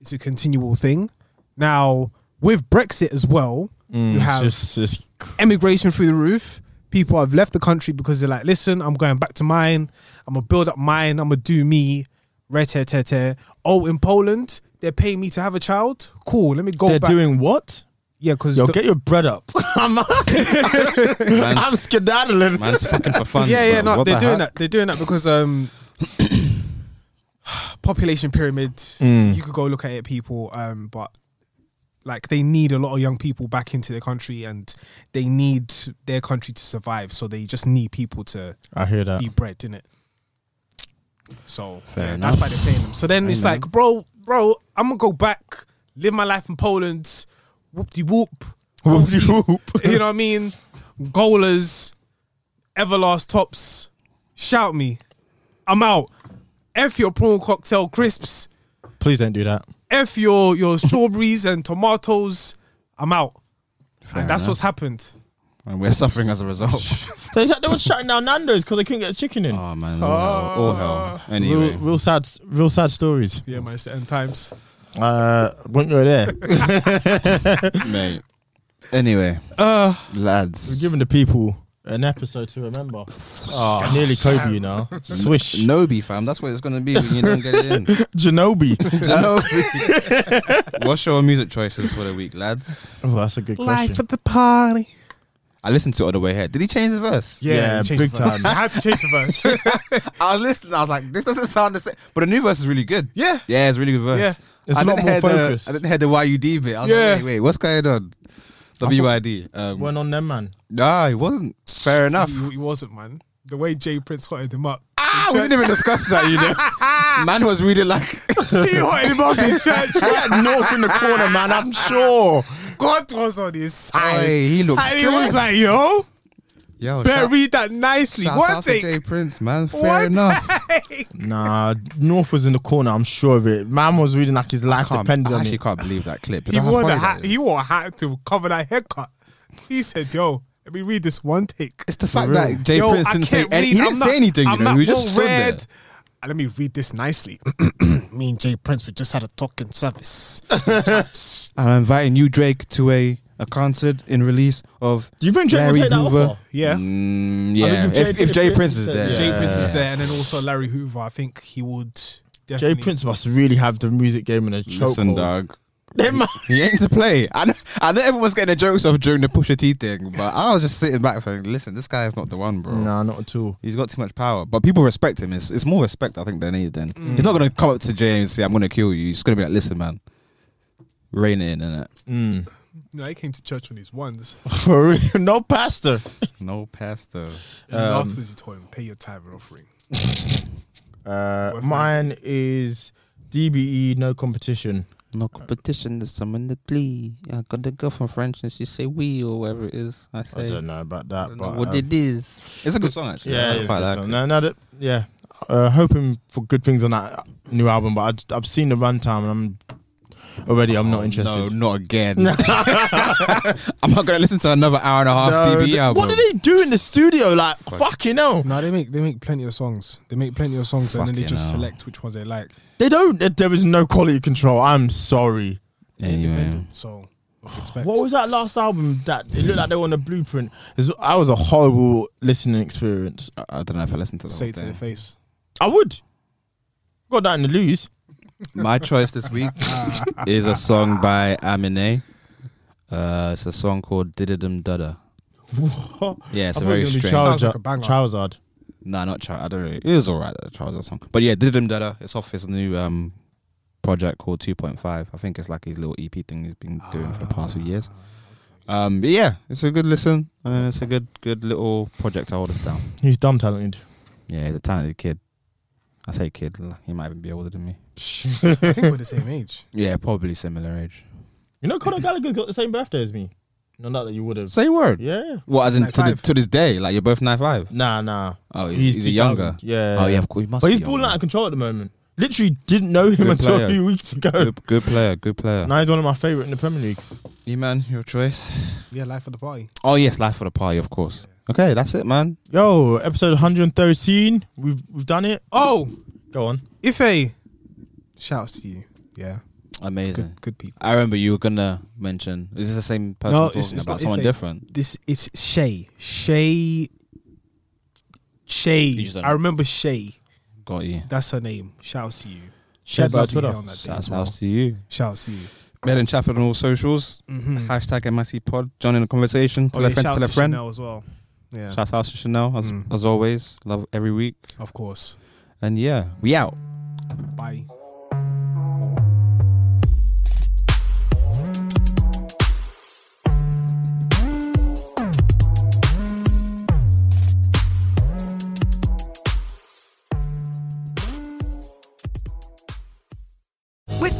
Speaker 3: it's a continual thing. Now, with Brexit as well, you have
Speaker 1: Mm, Just, just
Speaker 3: emigration through the roof. People have left the country because they're like, listen, I'm going back to mine. I'm going to build up mine. I'm going to do me. Retetete. Oh, in Poland, they're paying me to have a child. Cool. Let me go
Speaker 1: they're
Speaker 3: back.
Speaker 1: doing what?
Speaker 3: yeah, because.
Speaker 1: Yo, get your bread
Speaker 2: [LAUGHS]
Speaker 1: up. I'm,
Speaker 2: Man's,
Speaker 1: I'm skedaddling.
Speaker 2: man's fucking for fun.
Speaker 3: yeah, yeah, no,
Speaker 2: what
Speaker 3: they're
Speaker 2: the
Speaker 3: doing
Speaker 2: heck?
Speaker 3: that. They're doing that because um, [SIGHS] population pyramid.
Speaker 2: Mm.
Speaker 3: You could go look at it, people. Um, but like they need a lot of young people back into their country, and they need their country to survive. So they just need people to
Speaker 1: I hear that.
Speaker 3: be bred in it. So
Speaker 2: Fair
Speaker 3: yeah, that's why
Speaker 2: enough.
Speaker 3: they're paying them. So then it's like, bro, bro, I'm gonna go back, live my life in Poland, whoop de whoop,
Speaker 1: Whoop de whoop.
Speaker 3: [LAUGHS] you know what I mean? Goalers, Everlast tops, shout me. I'm out. F your prawn cocktail crisps.
Speaker 1: Please don't do that.
Speaker 3: F your your strawberries and tomatoes. I'm out. and that's what's happened.
Speaker 2: And we're suffering as a result.
Speaker 1: They, sh- they were shutting down Nando's because they couldn't get chicken in.
Speaker 2: oh man, all hell. All hell. Anyway,
Speaker 1: real, real sad, real sad stories.
Speaker 3: Yeah, my end times.
Speaker 1: Uh, won't go
Speaker 2: [LAUGHS]
Speaker 1: there. We're
Speaker 2: mate. Anyway, lads.
Speaker 1: giving the people an episode to remember. Oh, nearly Kobe, you know. Swish,
Speaker 2: Nobi fam, that's what it's gonna be when you don't get it in.
Speaker 1: Janobi.
Speaker 2: [LAUGHS] Janobi. What's your music choices for the week, lads?
Speaker 1: Oh, that's a good
Speaker 3: Life
Speaker 1: question.
Speaker 3: at the party.
Speaker 2: I listened to it on the way here. Did he change the verse?
Speaker 1: Yeah,
Speaker 3: you changed
Speaker 1: big
Speaker 3: the verse.
Speaker 1: time.
Speaker 3: I had to change the verse. [LAUGHS]
Speaker 2: I was listening. I was like, this doesn't sound the same. But the new verse is really good.
Speaker 3: Yeah.
Speaker 2: Yeah, it's a really good verse.
Speaker 3: Yeah.
Speaker 1: It's
Speaker 2: I
Speaker 1: a lot
Speaker 2: didn't
Speaker 1: more
Speaker 2: hear the-
Speaker 1: focused.
Speaker 2: I didn't hear the YUD bit. I was
Speaker 3: Yeah.
Speaker 2: like, wait, wait, what's going on? WYD. Um,
Speaker 1: Went on them, man.
Speaker 2: nah, it wasn't. Fair enough.
Speaker 3: He, he wasn't, man. The way Jay Prince hotted him up.
Speaker 2: Ah, we didn't even discuss that,
Speaker 3: [LAUGHS]
Speaker 2: you know. Man was really like,
Speaker 3: he hotted him up in
Speaker 2: [LAUGHS]
Speaker 3: church.
Speaker 1: Right north in the corner, man. I'm sure.
Speaker 3: God was on his side.
Speaker 2: Oi, he looks
Speaker 3: and he was
Speaker 2: stressed.
Speaker 3: like, yo,
Speaker 2: yo,
Speaker 3: buried that nicely.
Speaker 2: shout,
Speaker 3: One
Speaker 2: shout out to
Speaker 3: take.
Speaker 2: Jay Prince, man. Fair
Speaker 3: One
Speaker 2: enough.
Speaker 3: take.
Speaker 1: Nah, North was in the corner. I'm sure of it. Man was reading like his life
Speaker 2: Can't-
Speaker 1: depended
Speaker 2: Um, I
Speaker 1: on
Speaker 2: actually
Speaker 1: it.
Speaker 2: can't believe that clip.
Speaker 3: He
Speaker 2: You know how
Speaker 3: wore, a
Speaker 2: funny that
Speaker 3: hat,
Speaker 2: is?
Speaker 3: he wore a hat to cover that haircut. He said, yo, let me read this one take.
Speaker 2: It's the fact that Jay
Speaker 3: yo,
Speaker 2: Prince
Speaker 3: I
Speaker 2: didn't say
Speaker 3: can't
Speaker 2: any,
Speaker 3: read.
Speaker 2: he didn't
Speaker 3: I'm
Speaker 2: say
Speaker 3: not-
Speaker 2: anything.
Speaker 3: I'm
Speaker 2: you know,
Speaker 3: not
Speaker 2: he just
Speaker 3: well
Speaker 2: stood there.
Speaker 3: read. Uh, Let me read this nicely. [CLEARS THROAT] me and Jay Prince, we just had a talking service.
Speaker 2: I'm inviting you, Drake, to a, a concert in release of.
Speaker 1: Do you think Drake will
Speaker 2: Larry
Speaker 1: take that
Speaker 2: Hoover.
Speaker 1: offer?
Speaker 3: yeah.
Speaker 2: Mm, yeah,
Speaker 1: if Jay-
Speaker 2: if, if
Speaker 1: if
Speaker 2: Jay
Speaker 1: Jay
Speaker 2: Prince
Speaker 1: Prince
Speaker 2: is
Speaker 1: is
Speaker 2: there,
Speaker 1: there,
Speaker 3: Jay Prince is there, and then also Larry Hoover. I think he would
Speaker 1: Jay
Speaker 3: definitely.
Speaker 1: Prince must really have the music game in a
Speaker 2: Listen,
Speaker 1: chokehold.
Speaker 2: dog.
Speaker 1: [LAUGHS] They mu-
Speaker 2: He ain't to play. I know, I know everyone's getting the jokes off during the Pusha T thing, but I was just sitting back saying, listen, this guy is not the one, bro.
Speaker 1: Nah, not at all.
Speaker 2: He's got too much power. But people respect him. It's, it's more respect, I think, than he then. He's not going to come up to Jay and say, I'm going to kill you. He's going to be like, listen, man, rein it in, innit?
Speaker 3: No, he came to church on his ones.
Speaker 1: For real, no pastor.
Speaker 2: No pastor.
Speaker 3: And
Speaker 2: Um,
Speaker 3: then afterwards, he told him, pay your tithe and offering.
Speaker 1: Uh, mine is DBE, no competition.
Speaker 2: No competition. There's someone to plea. I got the girl from French and she say we or whatever it is. I say,
Speaker 1: I don't know about that, but um,
Speaker 2: is. It's a good song, actually.
Speaker 1: yeah,
Speaker 2: I
Speaker 1: it is
Speaker 2: quite
Speaker 1: good
Speaker 2: like
Speaker 1: song.
Speaker 2: it.
Speaker 1: No, no, that, yeah. Uh, hoping for good things on that new album, but I, have seen the runtime and I'm already. I'm not
Speaker 2: Oh, No,
Speaker 1: interested.
Speaker 2: not again. [LAUGHS] I'm not going to listen to another hour and a half
Speaker 1: No,
Speaker 2: DB
Speaker 1: th-
Speaker 2: album.
Speaker 1: what do they do in the studio? Like fucking hell.
Speaker 3: No, they make they make plenty of songs. They make plenty of songs, and then they
Speaker 2: Fucking
Speaker 3: just
Speaker 2: hell.
Speaker 3: select which ones they like.
Speaker 1: They don't. there- There is no quality control. I'm sorry.
Speaker 2: Anyway,
Speaker 3: So, what to expect?
Speaker 1: What was that last album that it looked like they were on a blueprint? It's- That was a horrible listening experience.
Speaker 2: I, I don't know if I listened to that.
Speaker 3: say
Speaker 2: whole
Speaker 3: it to
Speaker 2: thing.
Speaker 3: their face?
Speaker 1: I would. Got that in the lose.
Speaker 2: My choice
Speaker 3: [LAUGHS]
Speaker 2: this week is a song by Aminé. Uh, it's a song called Dididum Dada. Yeah, it's a very strange.
Speaker 3: Sounds like a banger.
Speaker 1: Charizard.
Speaker 2: Nah, not Charles. I don't really. It was alright. The Charles song, but yeah, Didum Dada. It's off his new um project called 2.5. I think it's like his little EP thing he's been doing for the past few
Speaker 3: Ah,
Speaker 2: years. Um, but yeah, it's a good listen, and it's a good, good little project to hold us down.
Speaker 1: He's dumb talented.
Speaker 2: Yeah, he's a talented kid. I say kid. He might even be older than me.
Speaker 3: [LAUGHS] I think we're the same age.
Speaker 2: Yeah, probably similar age.
Speaker 1: You know, Conor Gallagher got the same birthday as me. No, not that you would have.
Speaker 2: Say word.
Speaker 1: Yeah.
Speaker 2: What, as in to, the,
Speaker 3: 95?
Speaker 2: to this day? Like you're both nine five.
Speaker 1: Nah, nah.
Speaker 2: Oh, he's, he's, a
Speaker 1: 2000.
Speaker 2: younger.
Speaker 1: Yeah.
Speaker 2: Oh yeah, of course. He must
Speaker 1: But
Speaker 2: be
Speaker 1: he's balling
Speaker 2: younger.
Speaker 1: out of control at the moment. Literally didn't know him
Speaker 2: Good
Speaker 1: until
Speaker 2: player.
Speaker 1: a few weeks ago.
Speaker 2: Good, good player. Good player.
Speaker 1: Now he's one of my favourite in the Premier League.
Speaker 2: You man, your choice.
Speaker 3: Yeah, life of the party.
Speaker 2: Oh yes, life for the party, of course. Okay, that's it, man.
Speaker 1: Yo, episode 113. We've we've done it.
Speaker 3: Oh,
Speaker 1: Go on.
Speaker 3: Ife, shouts to you. Yeah,
Speaker 2: Amazing.
Speaker 3: good, good people.
Speaker 2: I remember you were gonna mention. Is this the same person
Speaker 3: No,
Speaker 2: talking
Speaker 3: it's- it's
Speaker 2: about
Speaker 3: not
Speaker 2: someone
Speaker 3: Ife.
Speaker 2: different?
Speaker 3: This it's Shay. Shay. Shay.
Speaker 2: just don't
Speaker 3: I
Speaker 2: know.
Speaker 3: remember Shay.
Speaker 2: Got you.
Speaker 3: That's her name. Shouts to you.
Speaker 1: Shay
Speaker 3: Shout out
Speaker 1: Bartolo.
Speaker 3: to on that day.
Speaker 2: That's house to you.
Speaker 3: Shouts to you.
Speaker 2: Mel and Chafford on all socials. Hashtag MIC Pod. Join in the conversation. Tell
Speaker 3: Mm-hmm. Oh, yeah,
Speaker 2: a friend.
Speaker 3: shouts
Speaker 2: Tell a
Speaker 3: to
Speaker 2: friend.
Speaker 3: Chanel as well. Yeah,
Speaker 2: Shout out to Chanel as
Speaker 3: Mm.
Speaker 2: as always. Love every week.
Speaker 3: of course.
Speaker 2: And yeah, we out.
Speaker 3: Bye.
Speaker 5: With